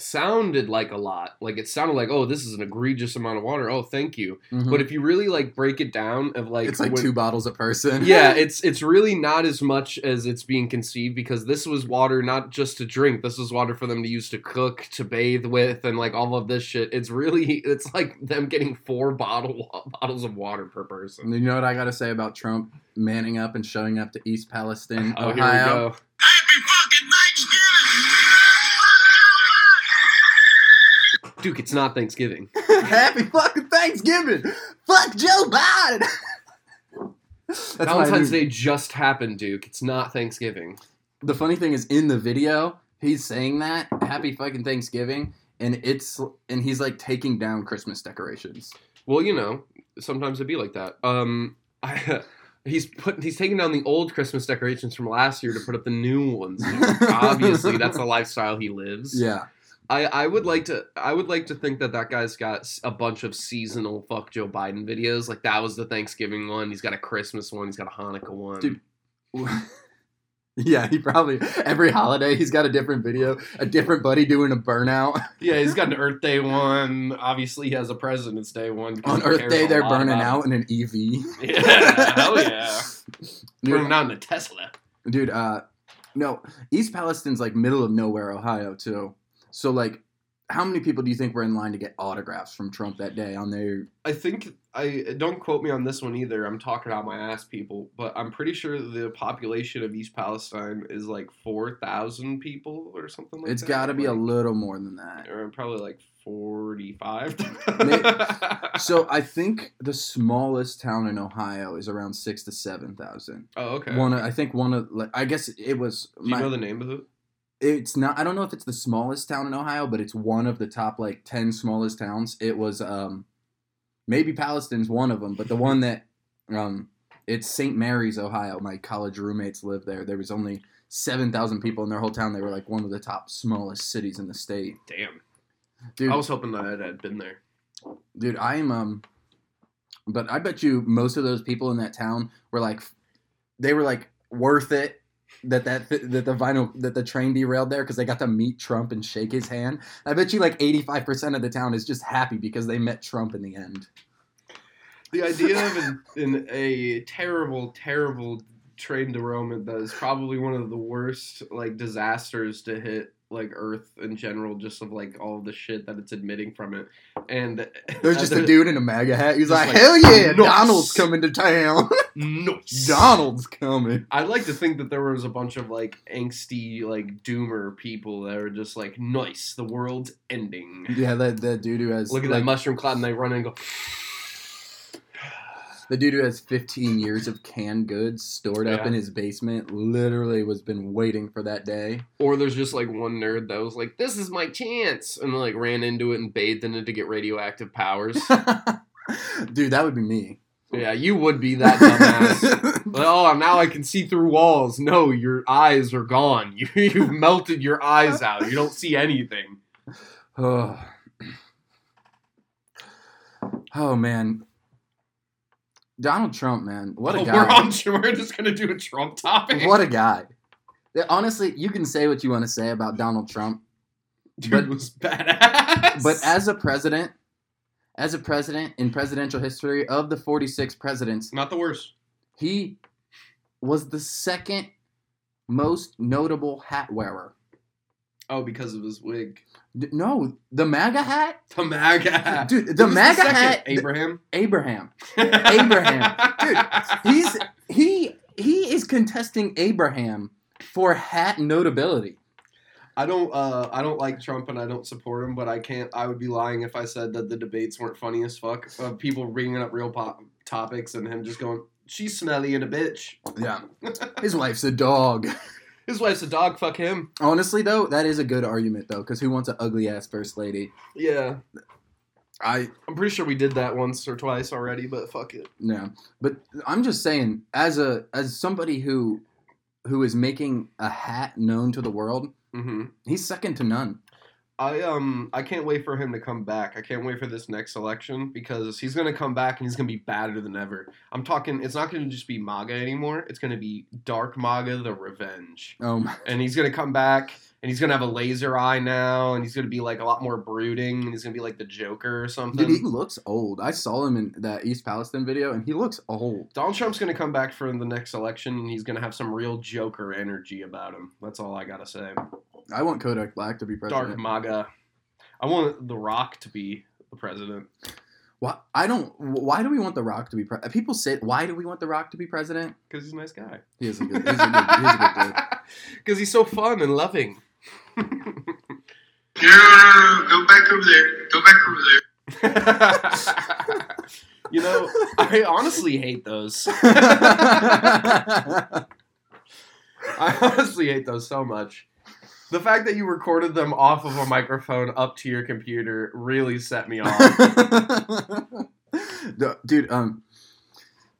Sounded like a lot. Like it sounded like, oh, this is an egregious amount of water. Oh, thank you. Mhm. But if you really like break it down, of like it's like when- two bottles a person. yeah, it's it's really not as much as it's being conceived because this was water not just to drink. This was water for them to use to cook, to bathe with, and like all of this shit. It's really it's like them getting four bottle bottles of water per person. And you know what I got to say about Trump manning up and showing up to East Palestine, Oh, here we Ohio? go. Happy fucking Duke, it's not Thanksgiving. Happy fucking Thanksgiving! Fuck Joe Biden! That's my Valentine's new- Day just happened, Duke. It's not Thanksgiving. The funny thing is, in the video, he's saying that Happy fucking Thanksgiving, and it's and he's like taking down Christmas decorations. Well, you know, sometimes it'd be like that. Um, I, he's put he's taking down the old Christmas decorations from last year to put up the new ones. Obviously, that's the lifestyle he lives. Yeah, I, I would like to I would like to think that that guy's got s- a bunch of seasonal fuck Joe Biden videos. Like that was the Thanksgiving one. He's got a Christmas one. He's got a Hanukkah one. Dude. Yeah, he probably every holiday he's got a different video, a different buddy doing a burnout. Yeah, he's got an Earth Day one. Obviously, he has a President's Day one. 'cause On he Earth cares Day, a they're lot burning about out in an E EV. it. Yeah, hell yeah. Burning Dude, out in a Tesla. dude, uh, no, East Palestine's like middle of nowhere, Ohio, too. So like, how many people do you think were in line to get autographs from Trump that day on their? I think I don't quote me on this one either. I'm talking out my ass, people, but I'm pretty sure the population of East Palestine is like four thousand people or something like It's that. got to be a like, little more than that. or probably like forty-five. So I think the smallest town in Ohio is around six to seven thousand. oh, okay. One, of- I think one of, like, I guess it was. Do you know the name of it? it's not i don't know if it's the smallest town in ohio but it's one of the top like 10 smallest towns it was um maybe palestine's one of them but the one that um it's st mary's ohio my college roommates live there there was only 7000 people in their whole town they were like one of the top smallest cities in the state Damn, dude I was hoping that I'd had been there. dude i am um but i bet you most of those people in that town were like they were like worth it that that that the vinyl that the train derailed there because they got to meet trump and shake his hand i bet you like 85% of the town is just happy because they met trump in the end The idea of an, in a terrible, terrible train derailment that is probably one of the worst like disasters to hit like Earth in general, just of like all the shit that it's admitting from it. And there's just a other- dude in a maga hat he's Just like, like, hell yeah "Nice." donald's coming to town Nice. donald's coming I'd like to think that there was a bunch of like angsty, like doomer people that were just like, "Nice, the world's ending." yeah that, that dude who has Look at like, that mushroom cloud, and they run and go. The dude who has 15 years of canned goods stored up Yeah. in his basement literally was been waiting for that day. Or there's just like one nerd that was like, "This is my chance," and like ran into it and bathed in it to get radioactive powers. dude, that would be me. yeah, you would be that dumbass. oh, now I can see through walls. No, your eyes are gone. You you melted your eyes out. You don't see anything. oh. oh man. Donald Trump, man. What a Oh, guy. We're on. We're just gonna do a Trump topic. what a guy. Honestly, you can say what you want to say about Donald Trump, Dude but- was badass. but as a president, as a president in presidential history of the 46 presidents, not the worst. He was the second most notable hat wearer. Oh, because of his wig. D- No, the MAGA hat, The MAGA hat. dude. The Who's MAGA second? hat, Abraham. Abraham. Abraham. Dude, He's he he is contesting Abraham for hat notability. I don't. Uh, I don't like Trump and I don't support him, but I can't. I would be lying if I said that the debates weren't funny as fuck. Of people bringing up real pop topics and him just going, "She's smelly and a bitch." Yeah, his wife's a dog. His wife's a dog. Fuck him. Honestly, though, that is a good argument though, because who wants an ugly ass first lady? Yeah, I I'm pretty sure we did that once or twice already, but fuck it. No, but I'm just saying, as a as somebody who who is making a hat known to the world, Mm-hmm. he's second to none. I um I can't wait for him to come back. I can't wait for this next election because he's gonna come back and he's gonna be badder than ever. I'm talking. It's not gonna just be MAGA anymore. It's gonna be Dark MAGA, the Revenge, Oh my, and he's gonna come back and he's gonna have a laser eye now and he's gonna be like a lot more brooding and he's gonna be like the Joker or something. dude, he looks old. I saw him in that East Palestine video, and he looks old. Donald Trump's gonna come back for the next election and he's gonna have some real Joker energy about him. That's all I gotta say. I want Kodak Black to be Dark president. MAGA. I want The Rock to be the president. Why I don't. Why do we want The Rock to be? Pre- uh, People say, why do we want The Rock to be president? Because he's a nice guy. He is a good. He's a good. He's a good dude. Because he's so fun and loving. No, no, no, go back over there. Go back over there. you know, I honestly hate those. I I honestly hate those so much. The fact that you recorded them off of a microphone up to your computer really set me off. No, dude um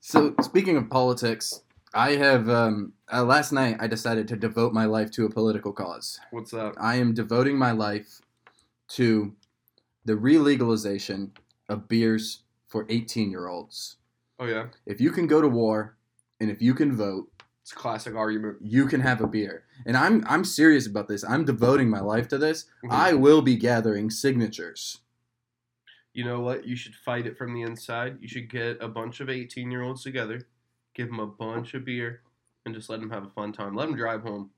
so speaking of politics i have um uh, last night i decided to devote my life to a political cause What's up? i am devoting my life to the relegalization of beers for 18 year olds Oh yeah. if you can go to war and if you can vote It's a classic argument. you can have a beer. And I'm I'm serious about this. I'm devoting my life to this. Mhm. I will be gathering signatures. You know what? You should fight it from the inside. You should get a bunch of 18 year olds together, give them a bunch of beer, and just let them have a fun time. Let them drive home.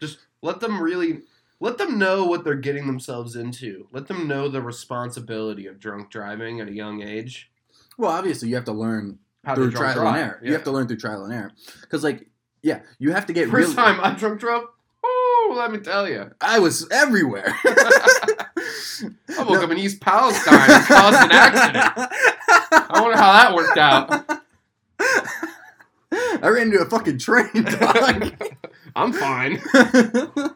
Just let them really. Let them know what they're getting themselves into. Let them know the responsibility of drunk driving at a young age. Well, obviously you have to learn How through to drunk trial drive. and error. Yeah. You have to learn through trial and error. Cuz like yeah, you have to get First really- time I drunk drove, oh, let me tell you. I was everywhere. I woke up in East Palestine and caused an accident. I wonder how that worked out. I ran into a fucking train. dog. I'm fine. I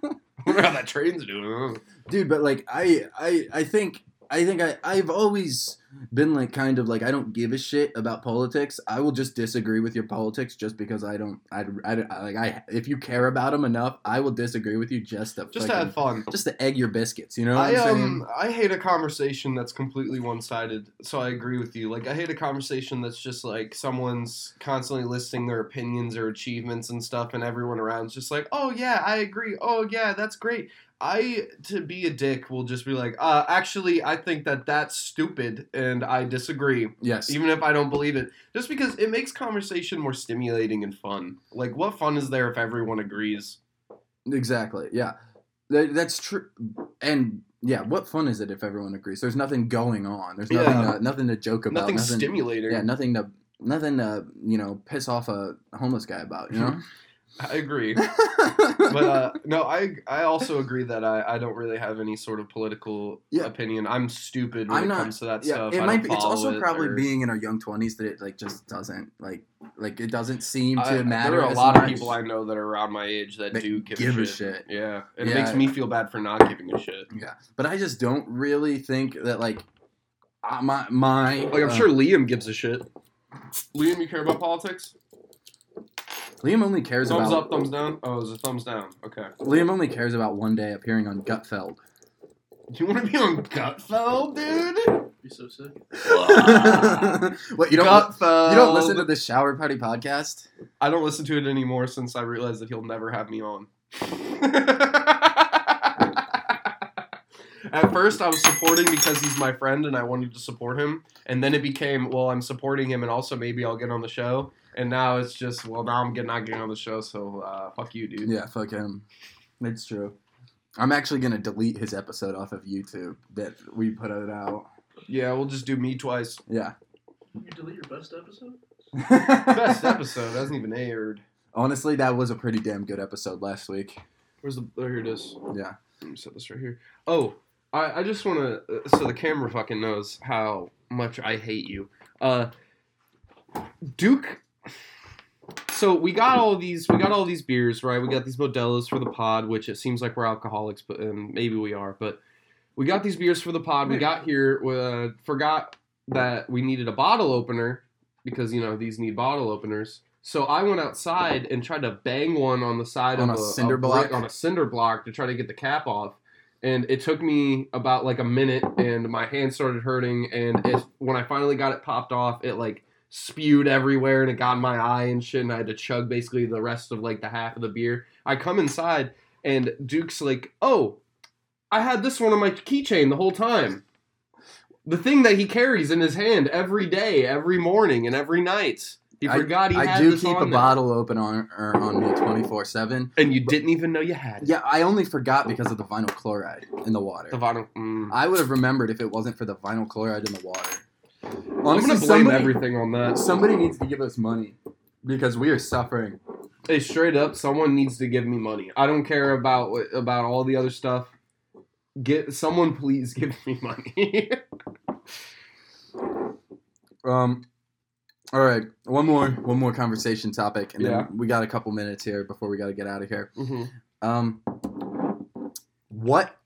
wonder how that train's doing. Dude, but like I I I think I think I I've always been like kind of like I don't give a shit about politics. I will just disagree with your politics just because I don't I, I, I- like I if you care about them enough, I will disagree with you just to Just to fucking- have fun. just to egg your biscuits. You know what I, I am saying? um I hate a conversation that's completely one sided. So I agree with you. Like I hate a conversation that's just like someone's constantly listing their opinions or achievements and stuff, and everyone around's just like, oh yeah, I agree. Oh yeah, that's great. I to be a dick will just be like, uh, actually, I think that that's stupid, and I disagree. yes. even if I don't believe it, just because it makes conversation more stimulating and fun. Like, what fun is there if everyone agrees? Exactly. Yeah. That, that's true. And yeah, what fun is it if everyone agrees? There's nothing going on. There's nothing Yeah. to, nothing to joke about. Nothing stimulating. Yeah, nothing to nothing to, you know, piss off a homeless guy about, you know? I agree. but uh, no, I I also agree that I, I don't really have any sort of political Yeah. opinion. I'm stupid when I'm it not- comes to that yeah, stuff. it I might don't be it's follow also it probably or- being in our young 20s that it like just doesn't like like it doesn't seem to I- matter. There are a as lot of much. people I know that are around my age that That do give, give a, a shit. shit. Yeah, it Yeah. makes me feel bad for not giving a shit. Yeah. But I just don't really think that like uh, my my Like Oh, I'm uh, sure Liam gives a shit. Liam, you care about politics? Liam only cares Thumbs about up, thumbs down. Oh, it was a thumbs down. Okay. Liam only cares about one day appearing on Gutfeld. Do you want to be on Gutfeld, dude? Be so sick. what you don't Gutfeld. you don't listen to the Shower Party podcast? I don't listen to it anymore since I realized that he'll never have me on. At first, I was supporting because he's my friend and I wanted to support him, and then it became, well, I'm supporting him, and also maybe I'll get on the show. And now it's just, well, now I'm get- not getting on the show, so uh, fuck you, dude. Yeah, fuck him. It's true. I'm actually gonna delete his episode off of YouTube that we put it out. Yeah, we'll just do me twice. Yeah. You delete your best episode? Best episode hasn't even aired. Honestly, that was a pretty damn good episode last week. Where's the? Oh, here it is. Yeah. Let me set this right here. Oh, I, I just want to. Uh, so the camera fucking knows how much I hate you. Uh, Duke. So we got all these. We got all these beers, right? We got these Modelo's for the pod, which it seems like we're alcoholics, but and maybe we are. But we got these beers for the pod. We got here. Uh, forgot that we needed a bottle opener because you know these need bottle openers. So I went outside and tried to bang one on the side On of a cinder brick- block? on a cinder block to try to get the cap off. And it took me about like a minute, and my hand started hurting. And it, when I finally got it popped off, it like spewed everywhere, and it got in my eye and shit. And I had to chug basically the rest of like the half of the beer. I come inside, and Duke's like, "Oh, I had this one on my keychain the whole time. The thing that he carries in his hand every day, every morning, and every night. He I- forgot he I had do this keep on a there. bottle open on er, on me 24 seven. and you didn't even know you had it. Yeah, I only forgot because of the vinyl chloride in the water. The bottom. Mm. I would have remembered if it wasn't for the vinyl chloride in the water. I'm gonna blame somebody, everything on that. Somebody needs to give us money because we are suffering. Hey, straight up, someone needs to give me money. I don't care about about all the other stuff. Get someone, please give me money. Um, all right, one more, one more conversation topic, and Yeah. then we got a couple minutes here before we got to get out of here. Mhm. Um, what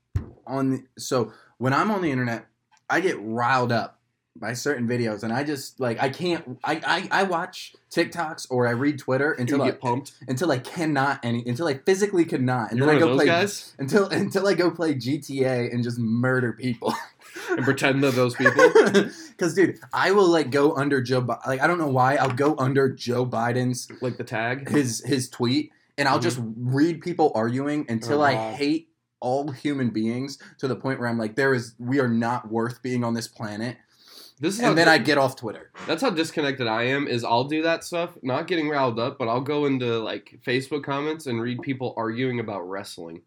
on the, so when I'm on the internet, I get riled up by certain videos, and I just like I can't. I I, I watch TikToks or I read Twitter You until I, get pumped. until I cannot any until I physically could not, and You're then one I of go those play guys. until until I go play GTA and just murder people. and pretend they're those people. Because, dude, I will like go under Joe. Bi- like, I don't know why I'll go under Joe Biden's Like the tag. his his tweet, and I'll just read people arguing until I Uh-huh. hate all human beings to the point where I'm like, there is we are not worth being on this planet. This is how And then I get off Twitter. That's how disconnected I am. Is I'll do that stuff, not getting riled up, but I'll go into like Facebook comments and read people arguing about wrestling,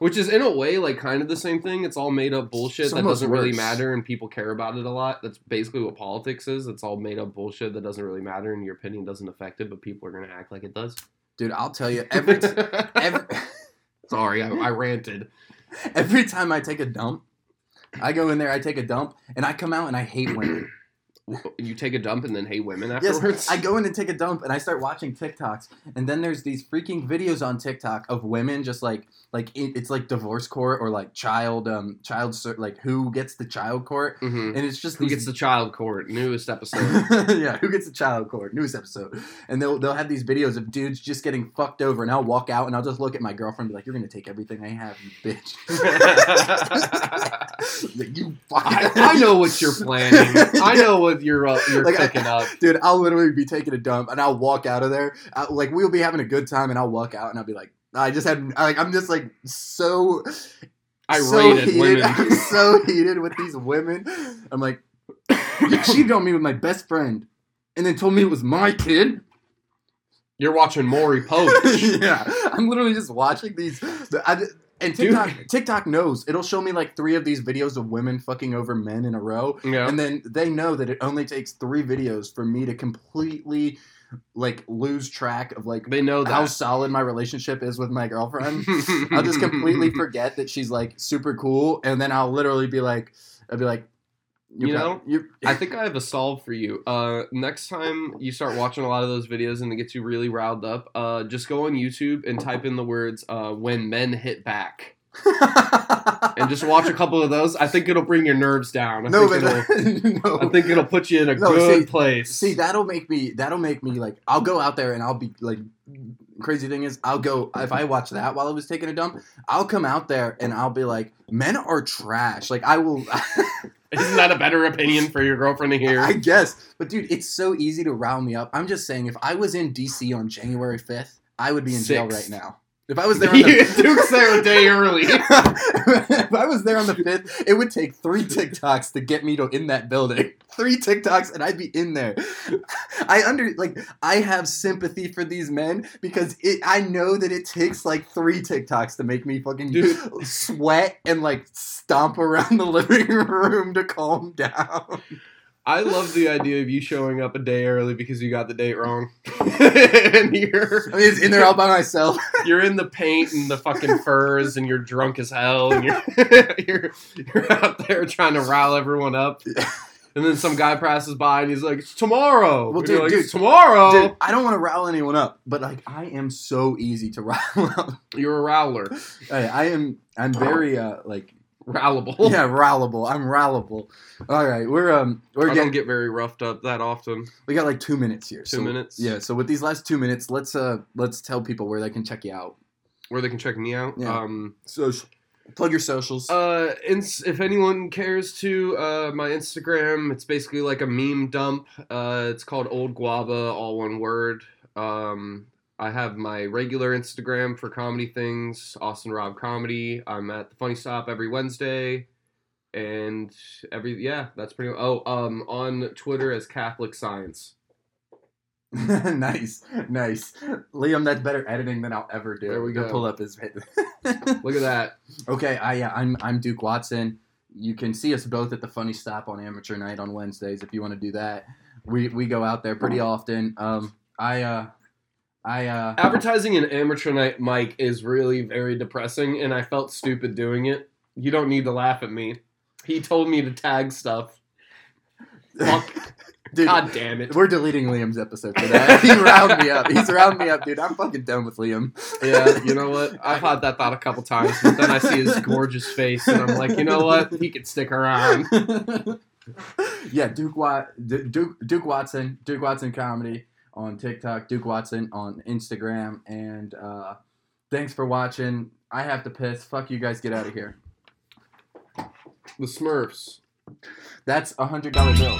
which is in a way like kind of the same thing. It's all made up bullshit It's that almost doesn't really worse. matter, and people care about it a lot. That's basically what politics is. It's all made up bullshit that doesn't really matter, and your opinion doesn't affect it, but people are gonna act like it does. Dude, I'll tell you every t- every Sorry, I, I ranted. every time I take a dump, I go in there, I take a dump, and I come out and I hate women. You take a dump and then hate women afterwards. Yes, I go in and take a dump and I start watching TikToks, and then there's these freaking videos on TikTok of women just like like it, it's like divorce court or like child um child ser- like who gets the child court, Mhm. and it's just Who these- gets the child court? Newest episode. yeah, who gets the child court? Newest episode, and they'll they'll have these videos of dudes just getting fucked over, and I'll walk out and I'll just look at my girlfriend and be like, "You're gonna take everything I have, you bitch." Like, you fucking. I, I know what you're planning. I know what you're uh, you're Like, I- cooking up. Dude, I'll literally be taking a dump and I'll walk out of there. I, like we'll be having a good time and I'll walk out and I'll be like, I just had, like, I'm just like so, I so rated women. I'm so heated with these women. I'm like, you cheated on me with my best friend, and then told me it was my kid. You're watching Maury Povich. yeah, I'm literally just watching these. the- I, and TikTok, TikTok knows it'll show me like three of these videos of women fucking over men in a row, Yeah. and then they know that it only takes three videos for me to completely like lose track of like They know that. how solid my relationship is with my girlfriend. I'll just completely forget that she's like super cool, and then I'll literally be like, I'll be like, You know, you I think I have a solve for you. Uh, next time you start watching a lot of those videos and it gets you really riled up, uh, just go on YouTube and type in the words uh, "when men hit back" and just watch a couple of those. I think it'll bring your nerves down. I no, think but it'll, no. I think it'll put you in a No, good see- place. See, that'll make me. That'll make me like. I'll go out there and I'll be like. Crazy thing is, I'll go if I watch that while I was taking a dump. I'll come out there and I'll be like, "Men are trash." Like I will. Isn't that a better opinion for your girlfriend to hear? I guess, but dude, it's so easy to rile me up. I'm just saying, if I was in D.C. on January 5th, I would be in jail Sixth. right now. If I was there, on the, Duke's there a day early. if I was there on the fifth, it would take three TikToks to get me to in that building. Three TikToks, and I'd be in there. I under like I have sympathy for these men because it, I know that it takes like three TikToks to make me fucking Dude. sweat and like stomp around the living room to calm down. I love the idea of you showing up a day early because you got the date wrong. and you're I mean, it's in there all by myself. you're in the paint and the fucking furs and you're drunk as hell and you're you're, you're out there trying to rile everyone up. And then some guy passes by and he's like, "It's tomorrow." Well, And you're dude, like, dude. "It's tomorrow. Dude, I don't want to rile anyone up, but like I am so easy to rile up. You're a rowler, I, I am. I'm very uh like rowlable. yeah, rileable. I'm rileable. All right, we're um we're I don't getting get very roughed up that often. we got like two minutes here. Two so- minutes. Yeah. So with these last two minutes, let's uh let's tell people where they can check you out. Where they can check me out. Yeah. Um, So plug your socials. Uh, ins- if anyone cares to, uh, my Instagram, it's basically like a meme dump. Uh, it's called Old Guava, all one word. Um, I have my regular Instagram for comedy things, Austin Rob Comedy. I'm at the Funny Stop every Wednesday, and every yeah, that's pretty. Oh, um, on Twitter as Catholic Science. nice, nice. Liam, that's better editing than I'll ever do. There we Go go. Pull up his. Look at that. Okay, I yeah, I'm I'm Duke Watson. You can see us both at the Funny Stop on Amateur Night on Wednesdays if you want to do that. We we go out there pretty often. Um, I uh, I uh, Advertising an amateur night mic is really very depressing, and I felt stupid doing it. You don't need to laugh at me. He told me to tag stuff. Fuck. dude, God damn it. we're deleting Liam's episode for that. he round me up. He's round me up, dude. I'm fucking done with Liam. Yeah, you know what? I've had that thought a couple times, but then I see his gorgeous face, and I'm like, you know what? He could stick around. yeah, Duke Wat, D- Duke Duke Watson, Duke Watson comedy on TikTok, Duke Watson on Instagram, and uh, thanks for watching. I have to piss. Fuck you guys. Get out of here. The Smurfs. That's a hundred dollar bill.